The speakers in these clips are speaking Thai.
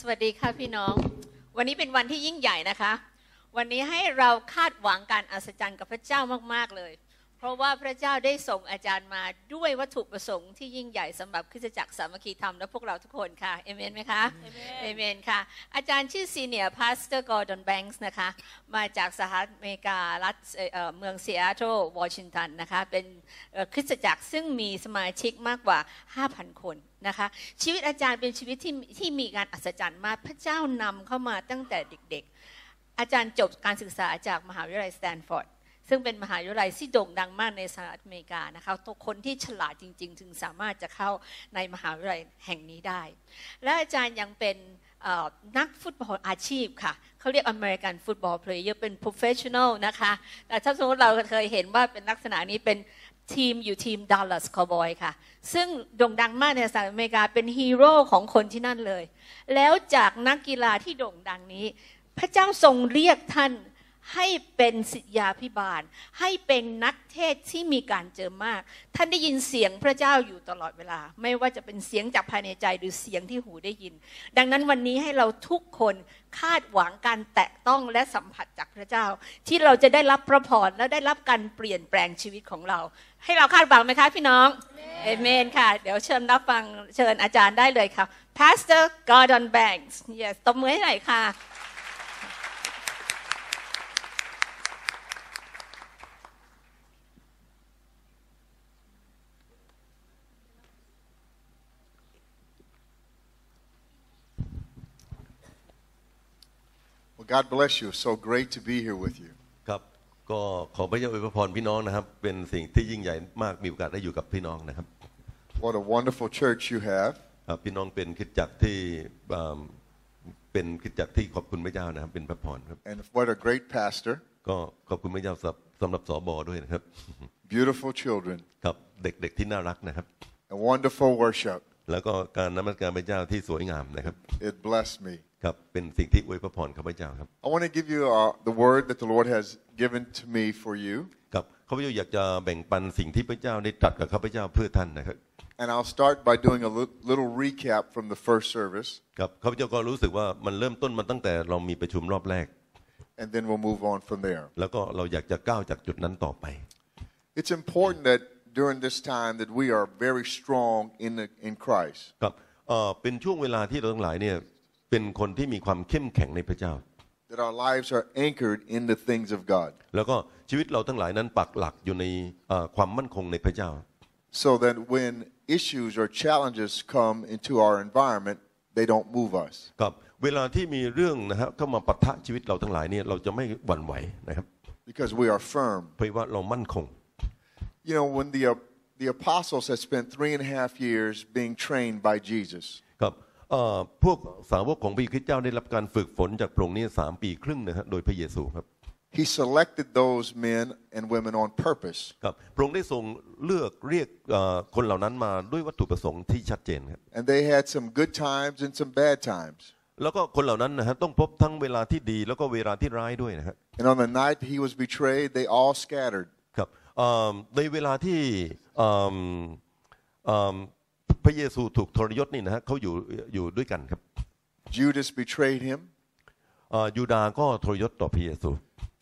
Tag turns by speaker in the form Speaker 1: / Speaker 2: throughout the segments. Speaker 1: สวัสดีค่ะพี่น้อง วันนี้เป็นวันที่ยิ่งใหญ่นะคะ วันนี้ให้เราคาดหวังการอัศจรรย์กับพระเจ้ามากๆเลย เพราะว่าพระเจ้าได้ส่งอาจารย์มาด้วยวัตถุประสงค์ที่ยิ่งใหญ่สำหรับคริสตจักรสามัคคีธรรมและพวกเราทุกคนค่ะเอเมนไหมคะเอเมนค่ะ อาจารย์ชื่อซีเนียร์พาสเตอร์กอร์ดอนแบงค์นะคะ มาจากสหรัฐอเมริการัฐเอ่อเอ่อเมืองซีแอตเทิลวอชิงตันนะคะ เป็นเอ่อคริสตจักรซึ่งมีสมาชิกมากกว่า 5,000 คนนะคะ ชีวิตอาจารย์เป็นชีวิตที่ที่มีการอัศจรรย์มากพระเจ้านำเข้ามาตั้งแต่เด็ก ๆ อาจารย์จบการศึกษาจากมหาวิทยาลัยสแตนฟอร์ด ซึ่งเป็นมหาวิทยาลัยที่โด่งดังมากในสหรัฐอเมริกานะคะทุกคนที่ฉลาดจริง ๆ ถึงสามารถจะเข้าในมหาวิทยาลัยแห่งนี้ได้ และอาจารย์ยังเป็นเอ่อนักฟุตบอลอาชีพค่ะ เขาเรียกอเมริกันฟุตบอลเพลเยอร์เป็น professional นะคะ แต่ถ้าสมมติเราเคยเห็นว่าเป็นลักษณะนี้เป็นทีมอยู่ทีมดัลลัสคอ w บอยค่ะ ซึ่งโด่งดังมากในสหรัฐอเมริกาเป็นฮีโร่ของคนที่นั่นเลย แล้วจากนักกีฬาที่โด่งดังนี้ พระเจ้าทรงเรียกท่านให้เป็นศิษยาพิบาล ให้เป็นนักเทศที่มีการเจอมาก ท่านได้ยินเสียงพระเจ้าอยู่ตลอดเวลา ไม่ว่าจะเป็นเสียงจากภายในใจหรือเสียงที่หูได้ยิน ดังนั้นวันนี้ให้เราทุกคนคาดหวังการแตะต้องและสัมผัสจากพระเจ้า ที่เราจะได้รับพระพรและได้รับการเปลี่ยนแปลงชีวิตของเรา ให้เราคาดหวังไหมคะพี่น้องเอเมนค่ะ เดี๋ยวเชิญรับฟังเชิญอาจารย์ได้เลยค่ะ Pastor Gordon Banks yes ตบมือให้หน่อยค่ะ
Speaker 2: Well, God bless you. It's so great to be here with you.
Speaker 3: ครับก็ขอพระเจ้าอวยพรพี่น้องนะครับ เป็นสิ่งที่ยิ่งใหญ่มากมีโอกาสได้อยู่กับพี่น้องนะครับ
Speaker 2: What a wonderful church you have.
Speaker 3: เอ่อพี่น้องเป็นคริดจักรที่เอิ่มเป็นคริดจักรที่ขอบคุณพระเจ้านะครับ เป็นพระพรครับ
Speaker 2: And what a great pastor.
Speaker 3: ก็ขอบคุณพระเจ้าสำหรับสำหรับสบด้วยนะครับ
Speaker 2: Beautiful children.
Speaker 3: ครับเด็กๆที่น่ารักนะครับ
Speaker 2: And wonderful worship.
Speaker 3: แล้วก็การนมัสการพระเจ้าที่สวยงามนะครับ
Speaker 2: It blessed me.
Speaker 3: ครับเป็นสิ่งที่อวยพระพรข้าพเจ้าครับ
Speaker 2: I want to give you uh, the word that the Lord has given to me for you.
Speaker 3: ครับข้าพเจ้าอยากจะแบ่งปันสิ่งที่พระเจ้าได้ตรัสกับข้าพเจ้าเพื่อท่านนะครับ
Speaker 2: And I'll start by doing a lit- little recap from the first service,
Speaker 3: ครับข้าพเจ้าก็รู้สึกว่ามันเริ่มต้นมาตั้งแต่เรามีประชุมรอบแรก
Speaker 2: and then we'll move on from there.
Speaker 3: แล้วก็เราอยากจะก้าวจากจุดนั้นต่อไป
Speaker 2: It's important that during this time that we are very strong in, the, in Christ.
Speaker 3: ครับเอ่อเป็นช่วงเวลาที่เราทั้งหลายเนี่ยเป็นคนที่มีความเข้มแข็งในพระเจ้า
Speaker 2: That our lives are anchored in the things of God.
Speaker 3: แล้วก็ชีวิตเราทั้งหลายนั้นปักหลักอยู่ในเอ่อความมั่นคงในพระเจ้า
Speaker 2: so that when issues or challenges come into our environment, they don't move us.
Speaker 3: ครับเวลาที่มีเรื่องนะครับเข้ามาปะทะชีวิตเราทั้งหลายเนี่ยเราจะไม่หวั่นไหวนะครับ
Speaker 2: because we are firm.
Speaker 3: เพราะว่าเรามั่นคง
Speaker 2: You know, when the, uh, the apostles had spent three and a half years being trained by Jesus,
Speaker 3: ครับเอ่อพวกสาวกของพระคริสต์เจ้าได้รับการฝึกฝนจากพระองค์เนี่ยสามปีครึ่งนะฮะโดยพระเยซูครับ
Speaker 2: he selected those men and women on purpose,
Speaker 3: ครับพระองค์ได้ทรงเลือกเรียกเอ่อคนเหล่านั้นมาด้วยวัตถุประสงค์ที่ชัดเจนครับ
Speaker 2: and they had some good times and some bad times.
Speaker 3: แล้วก็คนเหล่านั้นนะฮะต้องพบทั้งเวลาที่ดีแล้วก็เวลาที่ร้ายด้วยนะฮะ
Speaker 2: And on the night he was betrayed, they all scattered.
Speaker 3: ครับเอิ่มในเวลาที่เอิ่มเอิ่มพระเยซูถูกทรยศนี่นะฮะเขาอยู่อยู่ด้วยกันครับ
Speaker 2: Judas betrayed him,
Speaker 3: เอ่อยูดาห์ก็ทรยศต่อพระเยซู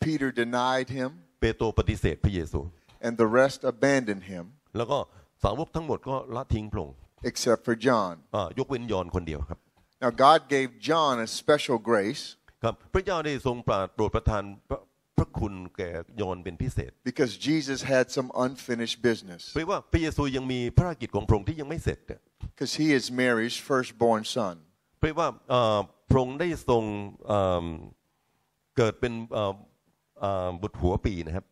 Speaker 2: Peter denied him,
Speaker 3: เปโตรปฏิเสธพระเยซู
Speaker 2: and the rest abandoned him,
Speaker 3: แล้วก็สาวกทั้งหมดก็ละทิ้งพระองค์
Speaker 2: except for John.
Speaker 3: อ่ายกเว้นยอห์นคนเดียวครับ
Speaker 2: Now, God gave John a special grace
Speaker 3: ครับพระเจ้าได้ทรงปราดโปรดประทานพระพระคุณแก่ยอห์นเป็นพิเศษ
Speaker 2: because Jesus had some unfinished
Speaker 3: เพ
Speaker 2: business
Speaker 3: ราะว่าพระเยซูยังมีภารกิจของพระองค์ที่ยังไม่เสร็จเนี่ย
Speaker 2: because he is Mary's firstborn son.
Speaker 3: เพราะว่าเอ่อพระองค์ได้ทรงเอิ่มเกิดเป็นเอ่อเอ่อบุตรหัวปีนะครับ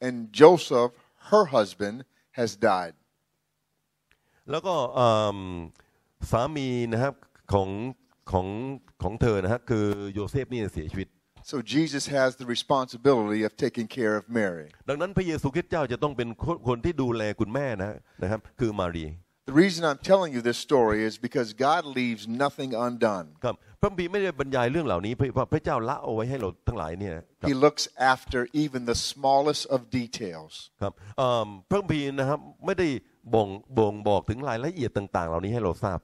Speaker 2: And Joseph, her husband, has died.
Speaker 3: แล้วก็เอิ่มสามีนะครับของของของเธอนะฮะคือโยเซฟนี่เสียชีวิต
Speaker 2: So Jesus has the responsibility of taking care of Mary.
Speaker 3: ดังนั้นพระเยซูคริสต์เจ้าจะต้องเป็นคนคนที่ดูแลคุณแม่นะนะครับ คือมารี
Speaker 2: The reason I'm telling you this story is because God leaves nothing undone.
Speaker 3: ครับพระคัมภีร์ไม่ได้บรรยายเรื่องเหล่านี้เพราะว่าพระเจ้าละเอาไว้ให้เราทั้งหลายเนี่ยครับ
Speaker 2: He looks after even the smallest of details.
Speaker 3: ครับเอิ่มพระคัมภีร์นะครับไม่ได้บ่งบ่งบอกถึงรายละเอียดต่าง ๆ เหล่านี้ให้เราทราบ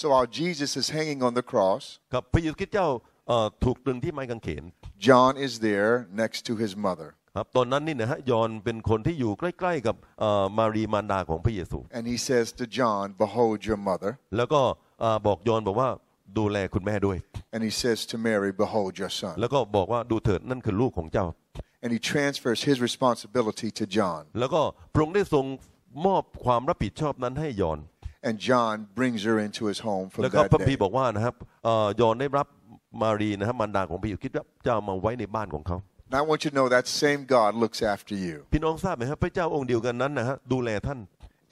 Speaker 2: So while Jesus is hanging on the cross,
Speaker 3: ครับพระเยซูคริสต์เจ้าเอ่อถูกตรึงที่ไม้กางเขน
Speaker 2: John is there next to his mother,
Speaker 3: ครับตอนนั้นนี่นะฮะยอห์นเป็นคนที่อยู่ใกล้ๆกับเอ่อมารีมารดาของพระเยซู
Speaker 2: and he says to John, Behold your mother.
Speaker 3: แล้วก็เอ่อบอกยอห์นบอกว่าดูแลคุณแม่ด้วย
Speaker 2: And he says to Mary, Behold your son.
Speaker 3: แล้วก็บอกว่าดูเถิดนั่นคือลูกของเจ้า
Speaker 2: And he transfers his responsibility to John.
Speaker 3: แล้วก็พระองค์ได้ทรงมอบความรับผิดชอบนั้นให้ยอห์น
Speaker 2: And John brings her into his home from
Speaker 3: แล้วก็พ
Speaker 2: that
Speaker 3: ระพีร์
Speaker 2: day.
Speaker 3: บอกว่านะครับเอ่อยอห์นได้รับมารีนะครับมารดาของพระเยซูคริสต์เจ้ามาไว้ในบ้านของเขา
Speaker 2: And I want you to know that same God looks after you.
Speaker 3: พี่น้องทราบไหมครับพระเจ้าองค์เดียวกันนั้นนะฮะดูแลท่าน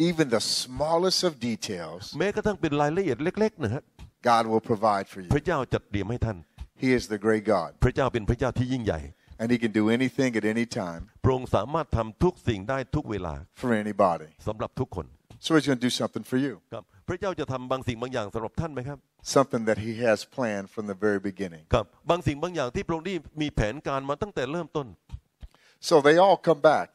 Speaker 2: Even the smallest of details,
Speaker 3: แม้กระทั่งเป็นรายละเอียดเล็กๆนะฮะ
Speaker 2: God will provide for you.
Speaker 3: พระเจ้าจัดเตรียมให้ท่าน
Speaker 2: He is the great God,
Speaker 3: พระเจ้าเป็นพระเจ้าที่ยิ่งใหญ่
Speaker 2: and He can do anything at any time
Speaker 3: พระองค์สามารถทำทุกสิ่งได้ทุกเวลา
Speaker 2: for anybody.
Speaker 3: สำหรับทุกคน
Speaker 2: So He's going to do something for you,
Speaker 3: ครับ พระเจ้าจะทำบางสิ่งบางอย่างสำหรับท่านไหมครับ
Speaker 2: something that He has planned from the very beginning.
Speaker 3: ครับ บางสิ่งบางอย่างที่พระองค์ได้มีแผนการมาตั้งแต่เริ่มต้น
Speaker 2: So they all come back.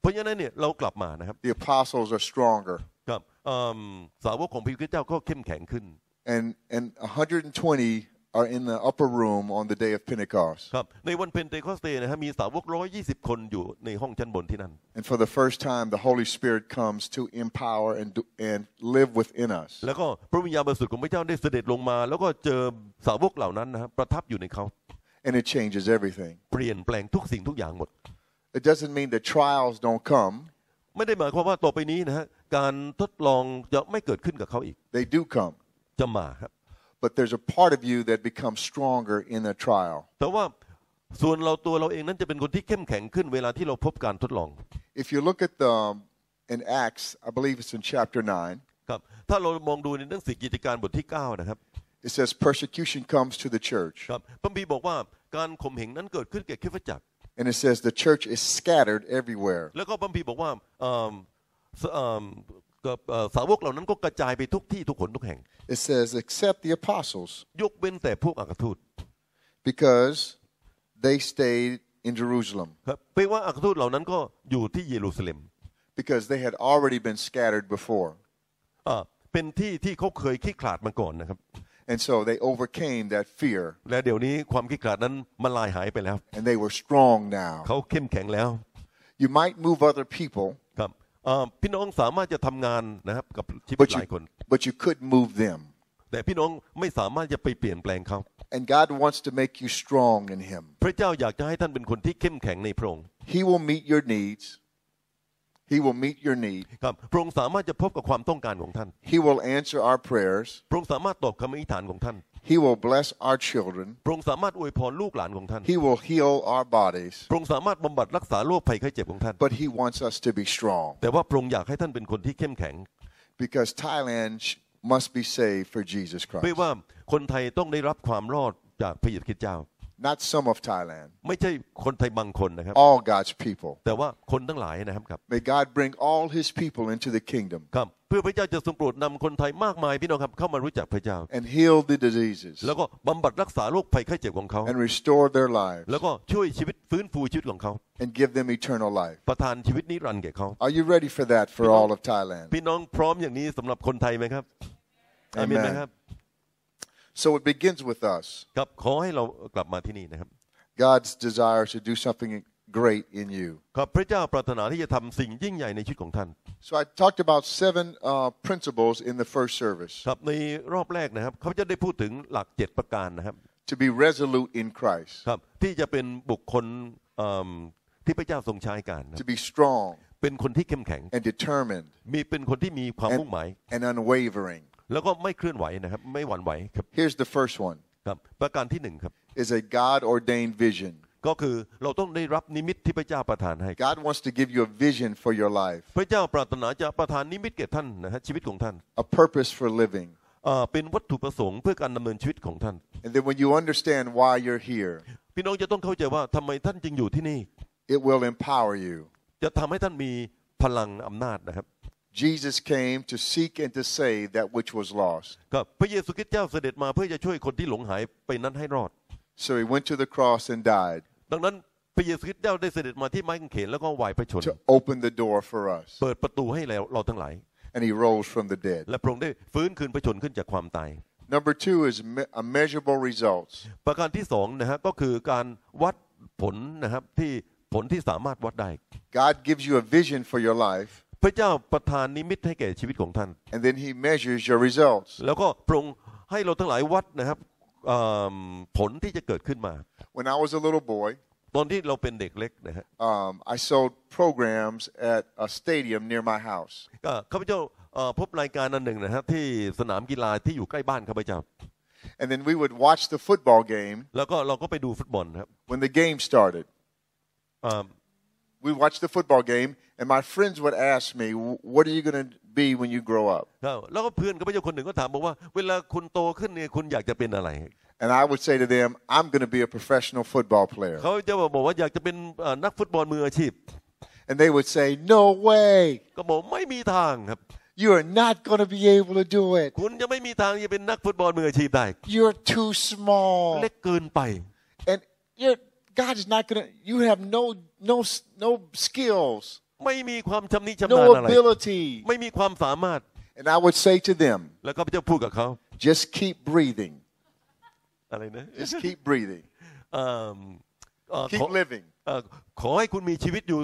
Speaker 3: เพราะฉะนั้นเนี่ยเรากลับมานะครับ
Speaker 2: The apostles are stronger,
Speaker 3: ครับเอิ่มสาวกของพระคริสต์เจ้าก็เข้มแข็งขึ้น
Speaker 2: and and 120 are in the upper room on the day of Pentecost,
Speaker 3: ครับ ในวันเพนเทคอสเตย์นะฮะมีสาวกร้อยยี่สิบคนอยู่ในห้องชั้นบนที่นั่น
Speaker 2: and for the first time, the Holy Spirit comes to empower and do, and live within us.
Speaker 3: แล้วก็พระวิญญาณบริสุทธิ์ของพระเจ้าได้เสด็จลงมา แล้วก็เจอสาวกเหล่านั้นนะครับประทับอยู่ในเขา
Speaker 2: and it changes everything.
Speaker 3: เปลี่ยนแปลงทุกสิ่งทุกอย่างหมด
Speaker 2: It doesn't mean that trials don't come,
Speaker 3: ไม่ได้หมายความว่าต่อไปนี้นะฮะการทดลองจะไม่เกิดขึ้นกับเขาอีก
Speaker 2: they do come.
Speaker 3: จะมาครับ
Speaker 2: But there's a part of you that becomes stronger in a trial.
Speaker 3: แต่ว่าส่วนเราตัวเราเองนั้นจะเป็นคนที่เข้มแข็งขึ้นเวลาที่เราพบการทดลอง
Speaker 2: If you look at the um, in Acts, I believe it's in chapter 9,
Speaker 3: ครับ ถ้าเรามองดูในหนังสือกิจการบทที่ 9 นะครับ
Speaker 2: it says persecution comes to the church.
Speaker 3: ครับพระบีร์บอกว่าการข่มเหงนั้นเกิดขึ้นแก่คริสตจักร
Speaker 2: And it says the church is scattered everywhere.
Speaker 3: แล้วก็พระบีร์บอกว่าเอิ่มสเอิ่มกับเอ่อสาวกเหล่านั้นก็กระจายไปทุกที่ทุกคนทุกแห่ง
Speaker 2: It says except the apostles
Speaker 3: ยกเว้นแต่พวกอัครทูต
Speaker 2: because they stayed in Jerusalem
Speaker 3: ครับแปลว่าอัครทูตเหล่านั้นก็อยู่ที่เยรูซาเล็ม
Speaker 2: because they had already been scattered before.
Speaker 3: อ่าเป็นที่ที่เขาเคยขี้ขลาดมาก่อนนะครับ
Speaker 2: And so they overcame that fear
Speaker 3: และเดี๋ยวนี้ความขี้ขลาดนั้นมันลายหายไปแล้ว
Speaker 2: and they were strong now.
Speaker 3: เขาเข้มแข็งแล้ว
Speaker 2: You might move other people,
Speaker 3: ครับเอ่อพี่น้องสามารถจะทำงานนะครับกับชีวิต
Speaker 2: but
Speaker 3: หลายคน
Speaker 2: you, but you couldn't move them.
Speaker 3: แต่พี่น้องไม่สามารถจะไปเปลี่ยนแปลงเขา
Speaker 2: And God wants to make you strong in Him.
Speaker 3: พระเจ้าอยากจะให้ท่านเป็นคนที่เข้มแข็งในพระองค์
Speaker 2: He will meet your needs. He will meet your need.
Speaker 3: ครับพระองค์สามารถจะพบกับความต้องการของท่าน
Speaker 2: He will answer our prayers.
Speaker 3: พระองค์สามารถตอบคำอธิษฐานของท่าน
Speaker 2: He will bless our children.
Speaker 3: พระองค์สามารถอวยพรลูกหลานของท่าน
Speaker 2: He will heal our bodies.
Speaker 3: พระองค์สามารถบำบัดรักษาโรคภัยไข้เจ็บของท่าน
Speaker 2: But He wants us to be strong
Speaker 3: แต่ว่าพระองค์อยากให้ท่านเป็นคนที่เข้มแข็ง
Speaker 2: because Thailand sh- must be saved for Jesus
Speaker 3: ไม่
Speaker 2: Christ.
Speaker 3: ว่าคนไทยต้องได้รับความรอดจากพระเยซูคริสต์เจ้า
Speaker 2: Not some of Thailand,
Speaker 3: ไม่ใช่คนไทยบางคนนะครับ
Speaker 2: all God's people.
Speaker 3: แต่ว่าคนทั้งหลายนะครับครับ
Speaker 2: May God bring all His people into the kingdom
Speaker 3: ครับเพื่อพระเจ้าจะทรงโปรดนำคนไทยมากมายพี่น้องครับเข้ามารู้จักพระเจ้า
Speaker 2: and heal the diseases
Speaker 3: แล้วก็บำบัดรักษาโรคภัยไข้เจ็บของเขา
Speaker 2: and restore their lives
Speaker 3: แล้วก็ช่วยชีวิตฟื้นฟูชีวิตของเขา
Speaker 2: and give them eternal life.
Speaker 3: ประทานชีวิตนิรันดร์แก่เขา
Speaker 2: Are you ready for that for all of Thailand?
Speaker 3: พี่น้องพร้อมอย่างนี้สำหรับคนไทยไหมครับอาเมนไหมครับ
Speaker 2: So it begins with us.
Speaker 3: ครับขอให้เรากลับมาที่นี่นะครับ
Speaker 2: God's desire to do something great in you.
Speaker 3: ครับพระเจ้าปรารถนาที่จะทำสิ่งยิ่งใหญ่ในชีวิตของท่าน
Speaker 2: So I talked about seven uh, principles in the first service
Speaker 3: ครับในรอบแรกนะครับ เขาจะได้พูดถึงหลักเจ็ดประการนะครับ
Speaker 2: to be resolute in Christ,
Speaker 3: ครับที่จะเป็นบุคคลเอิ่มที่พระเจ้าทรงใช้การนะ
Speaker 2: to be strong
Speaker 3: เป็นคนที่เข้มแข็ง
Speaker 2: and determined
Speaker 3: มีเป็นคนที่มีความ
Speaker 2: and,
Speaker 3: มุ่งหมาย
Speaker 2: and unwavering.
Speaker 3: แล้วก็ไม่เคลื่อนไหวนะครับ ไม่หวั่นไหวครับ
Speaker 2: Here's the first one
Speaker 3: ครับประการที่หนึ่งครับ
Speaker 2: is a God ordained vision.
Speaker 3: ก็คือเราต้องได้รับนิมิตที่พระเจ้าประทานให้
Speaker 2: God wants to give you a vision for your life,
Speaker 3: พระเจ้าปรารถนาจะประทานนิมิตแก่ท่านนะฮะชีวิตของท่าน
Speaker 2: a purpose for living.
Speaker 3: เอ่อเป็นวัตถุประสงค์เพื่อการดำเนินชีวิตของท่าน
Speaker 2: And then when you understand why you're here,
Speaker 3: พี่น้องจะต้องเข้าใจว่าทำไมท่านจึงอยู่ที่นี่
Speaker 2: it will empower you.
Speaker 3: จะทำให้ท่านมีพลังอำนาจนะครับ
Speaker 2: Jesus came to seek and to save that which was lost.
Speaker 3: ก็พระเยซูคริสต์เจ้าเสด็จมาเพื่อจะช่วยคนที่หลงหายไปนั้นให้รอด
Speaker 2: So he went to the cross and died
Speaker 3: ดังนั้นพระเยซูคริสต์เจ้าได้เสด็จมาที่ไม้กางเขนแล้วก็วายพระชน
Speaker 2: to open the door for us.
Speaker 3: เปิดประตูให้เราเราทั้งหลาย
Speaker 2: and he rose from the dead.
Speaker 3: และพระองค์ได้ฟื้นคืนพระชนขึ้นจากความตาย
Speaker 2: Number two is me- uh, measurable results.
Speaker 3: ประการที่สองนะฮะก็คือการวัดผลนะครับที่ผลที่สามารถวัดได้
Speaker 2: God gives you a vision for your life,
Speaker 3: พระเจ้าประทานนิมิตให้แก่ชีวิตของท่าน
Speaker 2: and then he measures your results.
Speaker 3: แล้วก็พระองค์ให้เราทั้งหลายวัดนะครับเอิ่มผลที่จะเกิดขึ้นมา
Speaker 2: When I was a little boy,
Speaker 3: ตอนที่เราเป็นเด็กเล็กนะฮะ
Speaker 2: um, I sold programs at a stadium near my house.
Speaker 3: ก็ข้าพเจ้าเอ่อพบรายการอันหนึ่งนะฮะที่สนามกีฬาที่อยู่ใกล้บ้านข้าพเจ้า
Speaker 2: And then we would watch the football game
Speaker 3: แล้วก็เราก็ไปดูฟุตบอลนะครับ
Speaker 2: when the game started.
Speaker 3: เอ่อ
Speaker 2: We watched the football game, and my friends would ask me, "Wh- What are you going to be when you grow up?
Speaker 3: แล้วแล้วก็เพื่อนข้าพเจ้าคนหนึ่งก็ถามบอกว่า เวลาคุณโตขึ้นเนี่ยคุณอยากจะเป็นอะไร
Speaker 2: And I would say to them, I'm going to be a professional football player.
Speaker 3: เขาจะบอกว่าอยากจะเป็นเอ่อนักฟุตบอลมืออาชีพ
Speaker 2: And they would say, No way.
Speaker 3: ก็บอกไม่มีทางครับ
Speaker 2: You are not going to be able to do it.
Speaker 3: คุณจะไม่มีทางที่จะเป็นนักฟุตบอลมืออาชีพได้
Speaker 2: You're too small.
Speaker 3: เล็กเกินไป
Speaker 2: And you're, God is not going to, you have no, no, s- no skills,
Speaker 3: ไม่มีความชำนิชำนาญ
Speaker 2: no
Speaker 3: อะไร
Speaker 2: ability.
Speaker 3: ไม่มีความสามารถ
Speaker 2: And I would say to them,
Speaker 3: แล้วก็พระเจ้าพูดกับเขา
Speaker 2: just keep breathing.
Speaker 3: อะไรนะ
Speaker 2: Just keep breathing.
Speaker 3: เอิ่มเอ่อขอ
Speaker 2: Keep living.
Speaker 3: เอ่อขอให้คุณมีชีวิตอยู่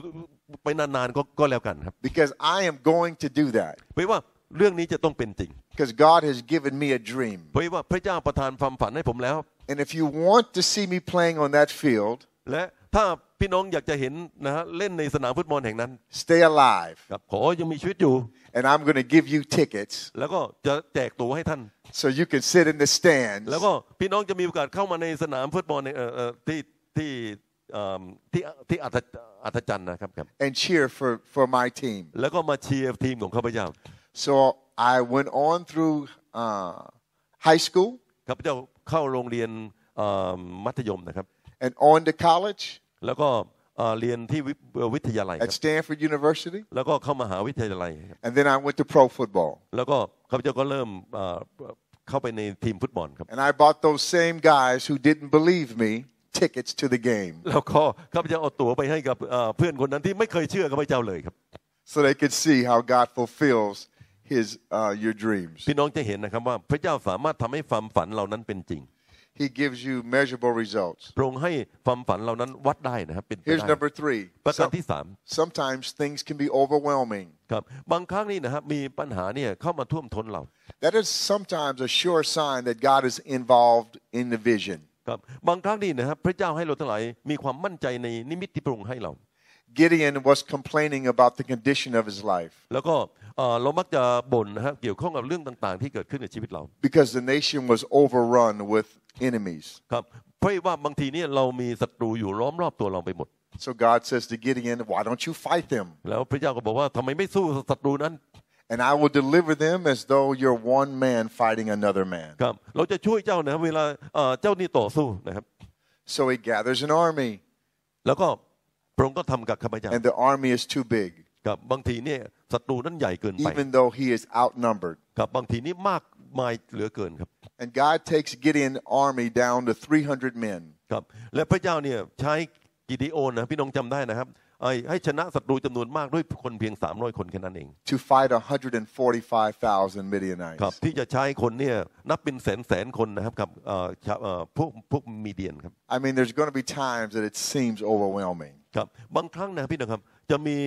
Speaker 3: ไปนานๆก็ก็แล้วกันครับ
Speaker 2: Because I am going to do that.
Speaker 3: เพราะว่าเรื่องนี้จะต้องเป็นจริง
Speaker 2: Because God has given me a dream.
Speaker 3: เพราะว่าพระเจ้าประทานความฝันให้ผมแล้ว
Speaker 2: And if you want to see me playing on that field,
Speaker 3: และถ้าพี่น้องอยากจะเห็นนะฮะเล่นในสนามฟุตบอลแห่งนั้น
Speaker 2: stay alive.
Speaker 3: ครับขอยังมีชีวิตอยู่
Speaker 2: And I'm going to give you tickets
Speaker 3: แล้วก็จะแจกตั๋วให้ท่าน
Speaker 2: so you can sit in the stands
Speaker 3: แล้วก็พี่น้องจะมีโอกาสเข้ามาในสนามฟุตบอลในเอ่อเอ่อที่ที่เอิ่มที่ที่อัศอัศจรรย์นะครับครับ
Speaker 2: and cheer for, for my team.
Speaker 3: แล้วก็มาเชียร์ทีมของข้าพเจ้า
Speaker 2: So I went on through uh, high school
Speaker 3: ข้าพเจ้าเข้าโรงเรียนเอ่อมัธยมนะครับ
Speaker 2: and on to college
Speaker 3: แล้วก็เอ่อเรียนที่วิเอ่อวิทยาลัยค
Speaker 2: at
Speaker 3: รับ
Speaker 2: Stanford University.
Speaker 3: แล้วก็เข้ามหาวิทยาลัยครับ
Speaker 2: And then I went to pro football.
Speaker 3: แล้วก็ข้าพเจ้าก็เริ่มเอ่อเข้าไปในทีมฟุตบอลครับ
Speaker 2: And I bought those same guys who didn't believe me tickets to the game
Speaker 3: แล้วก็ข้าพเจ้าเอาตั๋วไปให้กับเอ่อเพื่อนคนนั้นที่ไม่เคยเชื่อข้าพเจ้าเลยครับ
Speaker 2: so they could see how God fulfills his, uh, your dreams.
Speaker 3: พี่น้องจะเห็นนะครับว่าพระเจ้าสามารถทำให้ความฝันเหล่านั้นเป็นจริง
Speaker 2: He gives you measurable results.
Speaker 3: พระองค์ให้ความฝันเหล่านั้นวัดได้นะครับ เป็นไป
Speaker 2: Here's
Speaker 3: ได้
Speaker 2: number three.
Speaker 3: ประการ
Speaker 2: Some-
Speaker 3: ที่สาม
Speaker 2: sometimes things can be overwhelming.
Speaker 3: ครับบางครั้งนี่นะครับมีปัญหาเนี่ยเข้ามาท่วมท้นเรา
Speaker 2: That is sometimes a sure sign that God is involved in the vision.
Speaker 3: ครับบางครั้งนี่นะครับพระเจ้าให้เราทั้งหลายมีความมั่นใจในนิมิตที่พระองค์ให้เรา
Speaker 2: Gideon was complaining about the condition of his life
Speaker 3: แล้วก็เอ่อเรามักจะบ่นนะฮะเกี่ยวข้องกับเรื่องต่างๆ ที่เกิดขึ้นในชีวิตเรา
Speaker 2: because the nation was overrun with enemies.
Speaker 3: ครับเพราะว่าบางทีเนี่ยเรามีศัตรูอยู่ล้อมรอบตัวเราไปหมด
Speaker 2: So God says to Gideon, Why don't you fight them?
Speaker 3: แล้วพระเจ้าก็บอกว่าทำไมไม่สู้ศัตรูนั้น
Speaker 2: And I will deliver them as though you're one man fighting another man.
Speaker 3: ครับเราจะช่วยเจ้านะครับเวลาเอ่อเจ้านี่ต่อสู้นะครับ
Speaker 2: So he gathers an army,
Speaker 3: แล้วก็พระองค์ก็ทำกับข้าพเจ้า
Speaker 2: and the army is too big,
Speaker 3: กับบางทีเนี่ยศัตรูนั้นใหญ่เกินไป
Speaker 2: even though he is outnumbered.
Speaker 3: กับบางทีนี่มากมายเหลือเกินครับ
Speaker 2: And God takes Gideon's army down to 300 men.
Speaker 3: ครับและพระเจ้าเนี่ยใช้กิเดิโอนนะพี่น้องจำได้นะครับไอ้ให้ชนะศัตรูจำนวนมากด้วยคนเพียง 300 คนแค่นั้นเอง
Speaker 2: to fight 145,000 Midianites.
Speaker 3: ครับที่จะใช้คนเนี่ยนับเป็นแสนแสนๆคนนะครับกับเอ่อชาวเอ่อพวกพวกมีเดียนครับ
Speaker 2: I mean, there's going to be times that it seems overwhelming.
Speaker 3: ครับบางครั้งนะพี่น้องครับจะมี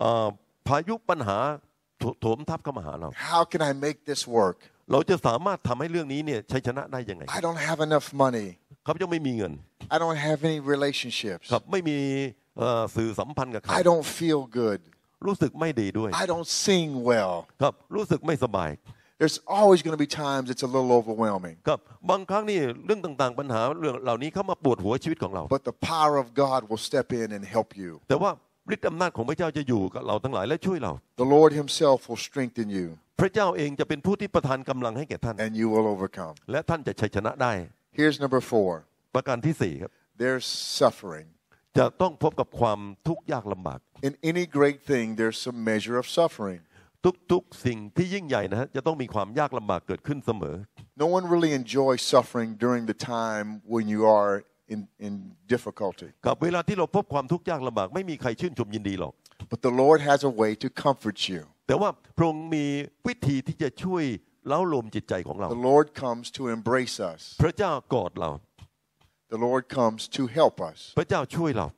Speaker 3: เอ่อพายุปัญหาโถโถมทับเข้ามาหาเรา
Speaker 2: How can I make this work?
Speaker 3: เราจะสามารถทำให้เรื่องนี้เนี่ยชัยชนะได้ยังไง
Speaker 2: I don't have enough money.
Speaker 3: ครับยังไม่มีเงิน
Speaker 2: I don't have any relationships.
Speaker 3: ครับไม่มีเอ่อสื่อสัมพันธ์กับใคร
Speaker 2: I don't feel good.
Speaker 3: รู้สึกไม่ดีด้วย
Speaker 2: I don't sing well.
Speaker 3: ครับรู้สึกไม่สบาย
Speaker 2: There's always going to be times it's a little overwhelming.
Speaker 3: ครับบางครั้งนี่เรื่องต่างๆ ปัญหาเรื่องเหล่านี้เข้ามาปวดหัวชีวิตของเรา
Speaker 2: But the power of God will step in and help you.
Speaker 3: แต่ว่าฤทธิ์อำนาจของพระเจ้าจะอยู่กับเราทั้งหลายและช่วยเรา
Speaker 2: The Lord Himself will strengthen you
Speaker 3: พระเจ้าเองจะเป็นผู้ที่ประทานกำลังให้แก่ท่าน
Speaker 2: and you will overcome.
Speaker 3: และท่านจะชัยชนะได้
Speaker 2: Here's number four
Speaker 3: ประการที่สี่ครับ
Speaker 2: there's suffering.
Speaker 3: จะต้องพบกับความทุกข์ยากลำบาก
Speaker 2: In any great thing, there's some measure of suffering.
Speaker 3: ทุกๆ สิ่งที่ยิ่งใหญ่นะฮะจะต้องมีความยากลำบากเกิดขึ้นเสมอ
Speaker 2: No one really enjoys suffering during the time when you are in, in difficulty.
Speaker 3: กับเวลาที่เราพบความทุกข์ยากลำบากไม่มีใครชื่นชมยินดีหรอก
Speaker 2: But the Lord has a way to comfort you.
Speaker 3: แต่ว่าพระองค์มีวิธีที่จะช่วยเล้าโลมจิตใจของเรา
Speaker 2: The Lord comes to embrace us.
Speaker 3: พระเจ้ากอดเรา
Speaker 2: The Lord comes to help us
Speaker 3: พระเจ้าช่วยเรา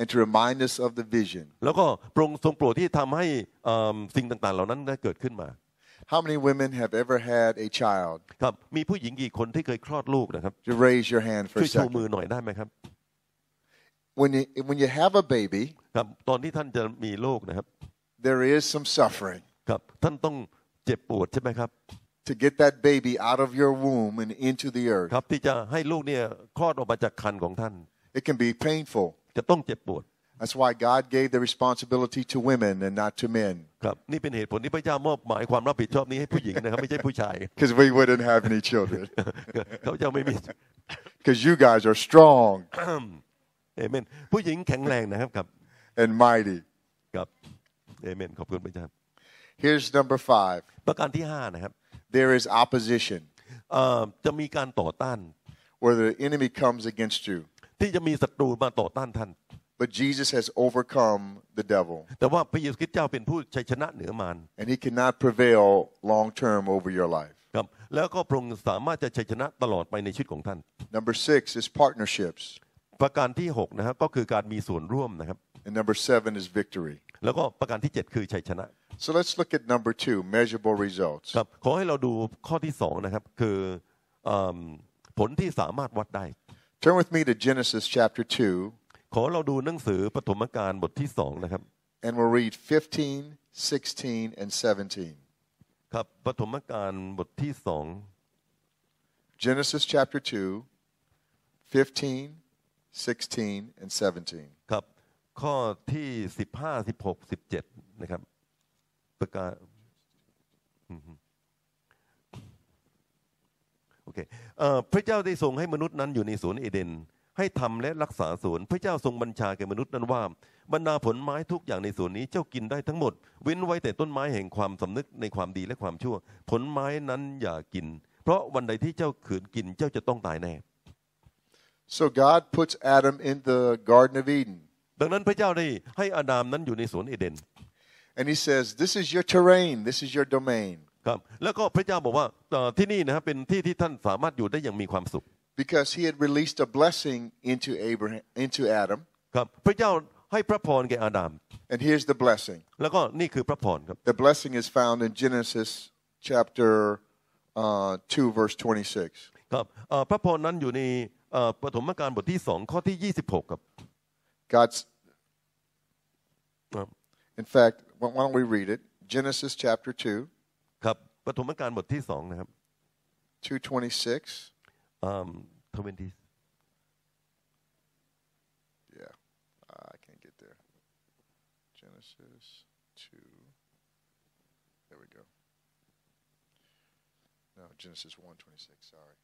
Speaker 2: and to remind us of the vision.
Speaker 3: แล้วก็พระองค์ทรงโปรดที่ทำให้เอิ่มสิ่งต่างๆ เหล่านั้นได้เกิดขึ้นมา
Speaker 2: How many women have ever had a child?
Speaker 3: ครับมีผู้หญิงกี่คนที่เคยคลอดลูกนะครับ
Speaker 2: Just raise your hand for
Speaker 3: ช่ว
Speaker 2: a
Speaker 3: ยชูมือ
Speaker 2: second.
Speaker 3: หน่อยได้ไหมครับ
Speaker 2: When you, when you have a baby,
Speaker 3: ครับตอนที่ท่านจะมีลูกนะครับ
Speaker 2: there is some suffering
Speaker 3: ครับท่านต้องเจ็บปวดใช่ไหมครับ
Speaker 2: to get that baby out of your womb and into the
Speaker 3: ค
Speaker 2: earth.
Speaker 3: รับที่จะให้ลูกเนี่ยคลอดออกมาจากคันของท่าน
Speaker 2: It can be painful.
Speaker 3: จะต้องเจ็บปวด
Speaker 2: That's why God gave the responsibility to women and not to men,
Speaker 3: ครับนี่เป็นเหตุผลที่พระเจ้ามอบหมายความรับผิดชอบนี้ให้ผู้หญิงนะครับ ไม่ใช่ผู้ชาย
Speaker 2: because we wouldn't have any children.
Speaker 3: เขาจะไม่มี
Speaker 2: Because you guys are strong
Speaker 3: เอเมนผู้หญิงแข็งแรงนะครับครับ
Speaker 2: and mighty.
Speaker 3: ครับเอเมนขอบคุณพระเจ้า
Speaker 2: Here's number five.
Speaker 3: ประการที่ห้านะครับ
Speaker 2: There is opposition
Speaker 3: เอ่อจะมีการต่อต้าน
Speaker 2: where the enemy comes against you,
Speaker 3: ที่จะมีศัตรูมาต่อต้านท่าน
Speaker 2: but Jesus has overcome the devil,
Speaker 3: แต่ว่าพระเยซูคริสต์เจ้าเป็นผู้ชัยชนะเหนือมาร
Speaker 2: and he cannot prevail long term over your life.
Speaker 3: ครับแล้วก็พระองค์สามารถจะชัยชนะตลอดไปในชีวิตของท่าน
Speaker 2: Number six is partnerships,
Speaker 3: ประการที่6นะครับก็คือการมีส่วนร่วมนะครับ
Speaker 2: and number seven is victory.
Speaker 3: แล้วก็ประการที่ 7 คือชัยชนะ
Speaker 2: So let's look at number two measurable results.
Speaker 3: ครับขอให้เราดูข้อที่2นะครับคือเอิ่มผลที่สามารถวัดได้
Speaker 2: Turn with me to Genesis chapter 2,
Speaker 3: ขอเราดูหนังสือปฐมกาลบทที่2นะครับ
Speaker 2: and we'll read 15, 16, and 17.
Speaker 3: ครับปฐมกาลบทที่
Speaker 2: Genesis chapter 2, 15, 16, and 17.
Speaker 3: 2ครับข้อที่ 15 16 17นะครับประกาศอืมๆโอเคเอ่อพระเจ้าได้ทรงให้มนุษย์นั้นอยู่ในสวนเอเดน ให้ทำและรักษาสวน พระเจ้าทรงบัญชาแก่มนุษย์นั้นว่าบรรดาผลไม้ทุกอย่างในสวนนี้เจ้ากินได้ทั้งหมด เว้นไว้แต่ต้นไม้แห่งความสำนึกในความดีและความชั่ว ผลไม้นั้นอย่ากิน เพราะวันใดที่เจ้าขืนกินเจ้าจะต้องตายแน่
Speaker 2: So God puts Adam in the Garden of Eden,
Speaker 3: ดังนั้นพระเจ้าได้ให้อาดามนั้นอยู่ในสวนเอเดน
Speaker 2: and he says, This is your terrain, this is your domain,
Speaker 3: ครับแล้วก็พระเจ้าบอกว่าเอ่อที่นี่นะครับเป็นที่ที่ท่านสามารถอยู่ได้อย่างมีความสุข
Speaker 2: because he had released a blessing into, Abraham, into Adam.
Speaker 3: ครับพระเจ้าให้พระพรแก่อาดาม
Speaker 2: And here's the blessing
Speaker 3: แล้วก็นี่คือพระพรครับ
Speaker 2: the blessing is found in Genesis chapter uh, 2, verse 26.
Speaker 3: ครับเอ่อพระพรนั้นอยู่ในเอ่อปฐมกาลบทที่สองข้อที่ 26ครับ
Speaker 2: God's,
Speaker 3: ครับ
Speaker 2: in fact, why why don't we read it? Genesis chapter 2,
Speaker 3: ครับปฐมกาลบทที่สองนะครับ
Speaker 2: 226.
Speaker 3: ทเวนตี้
Speaker 2: Yeah, uh, I can't get there. Genesis 2. There we go. No, Genesis 126, sorry.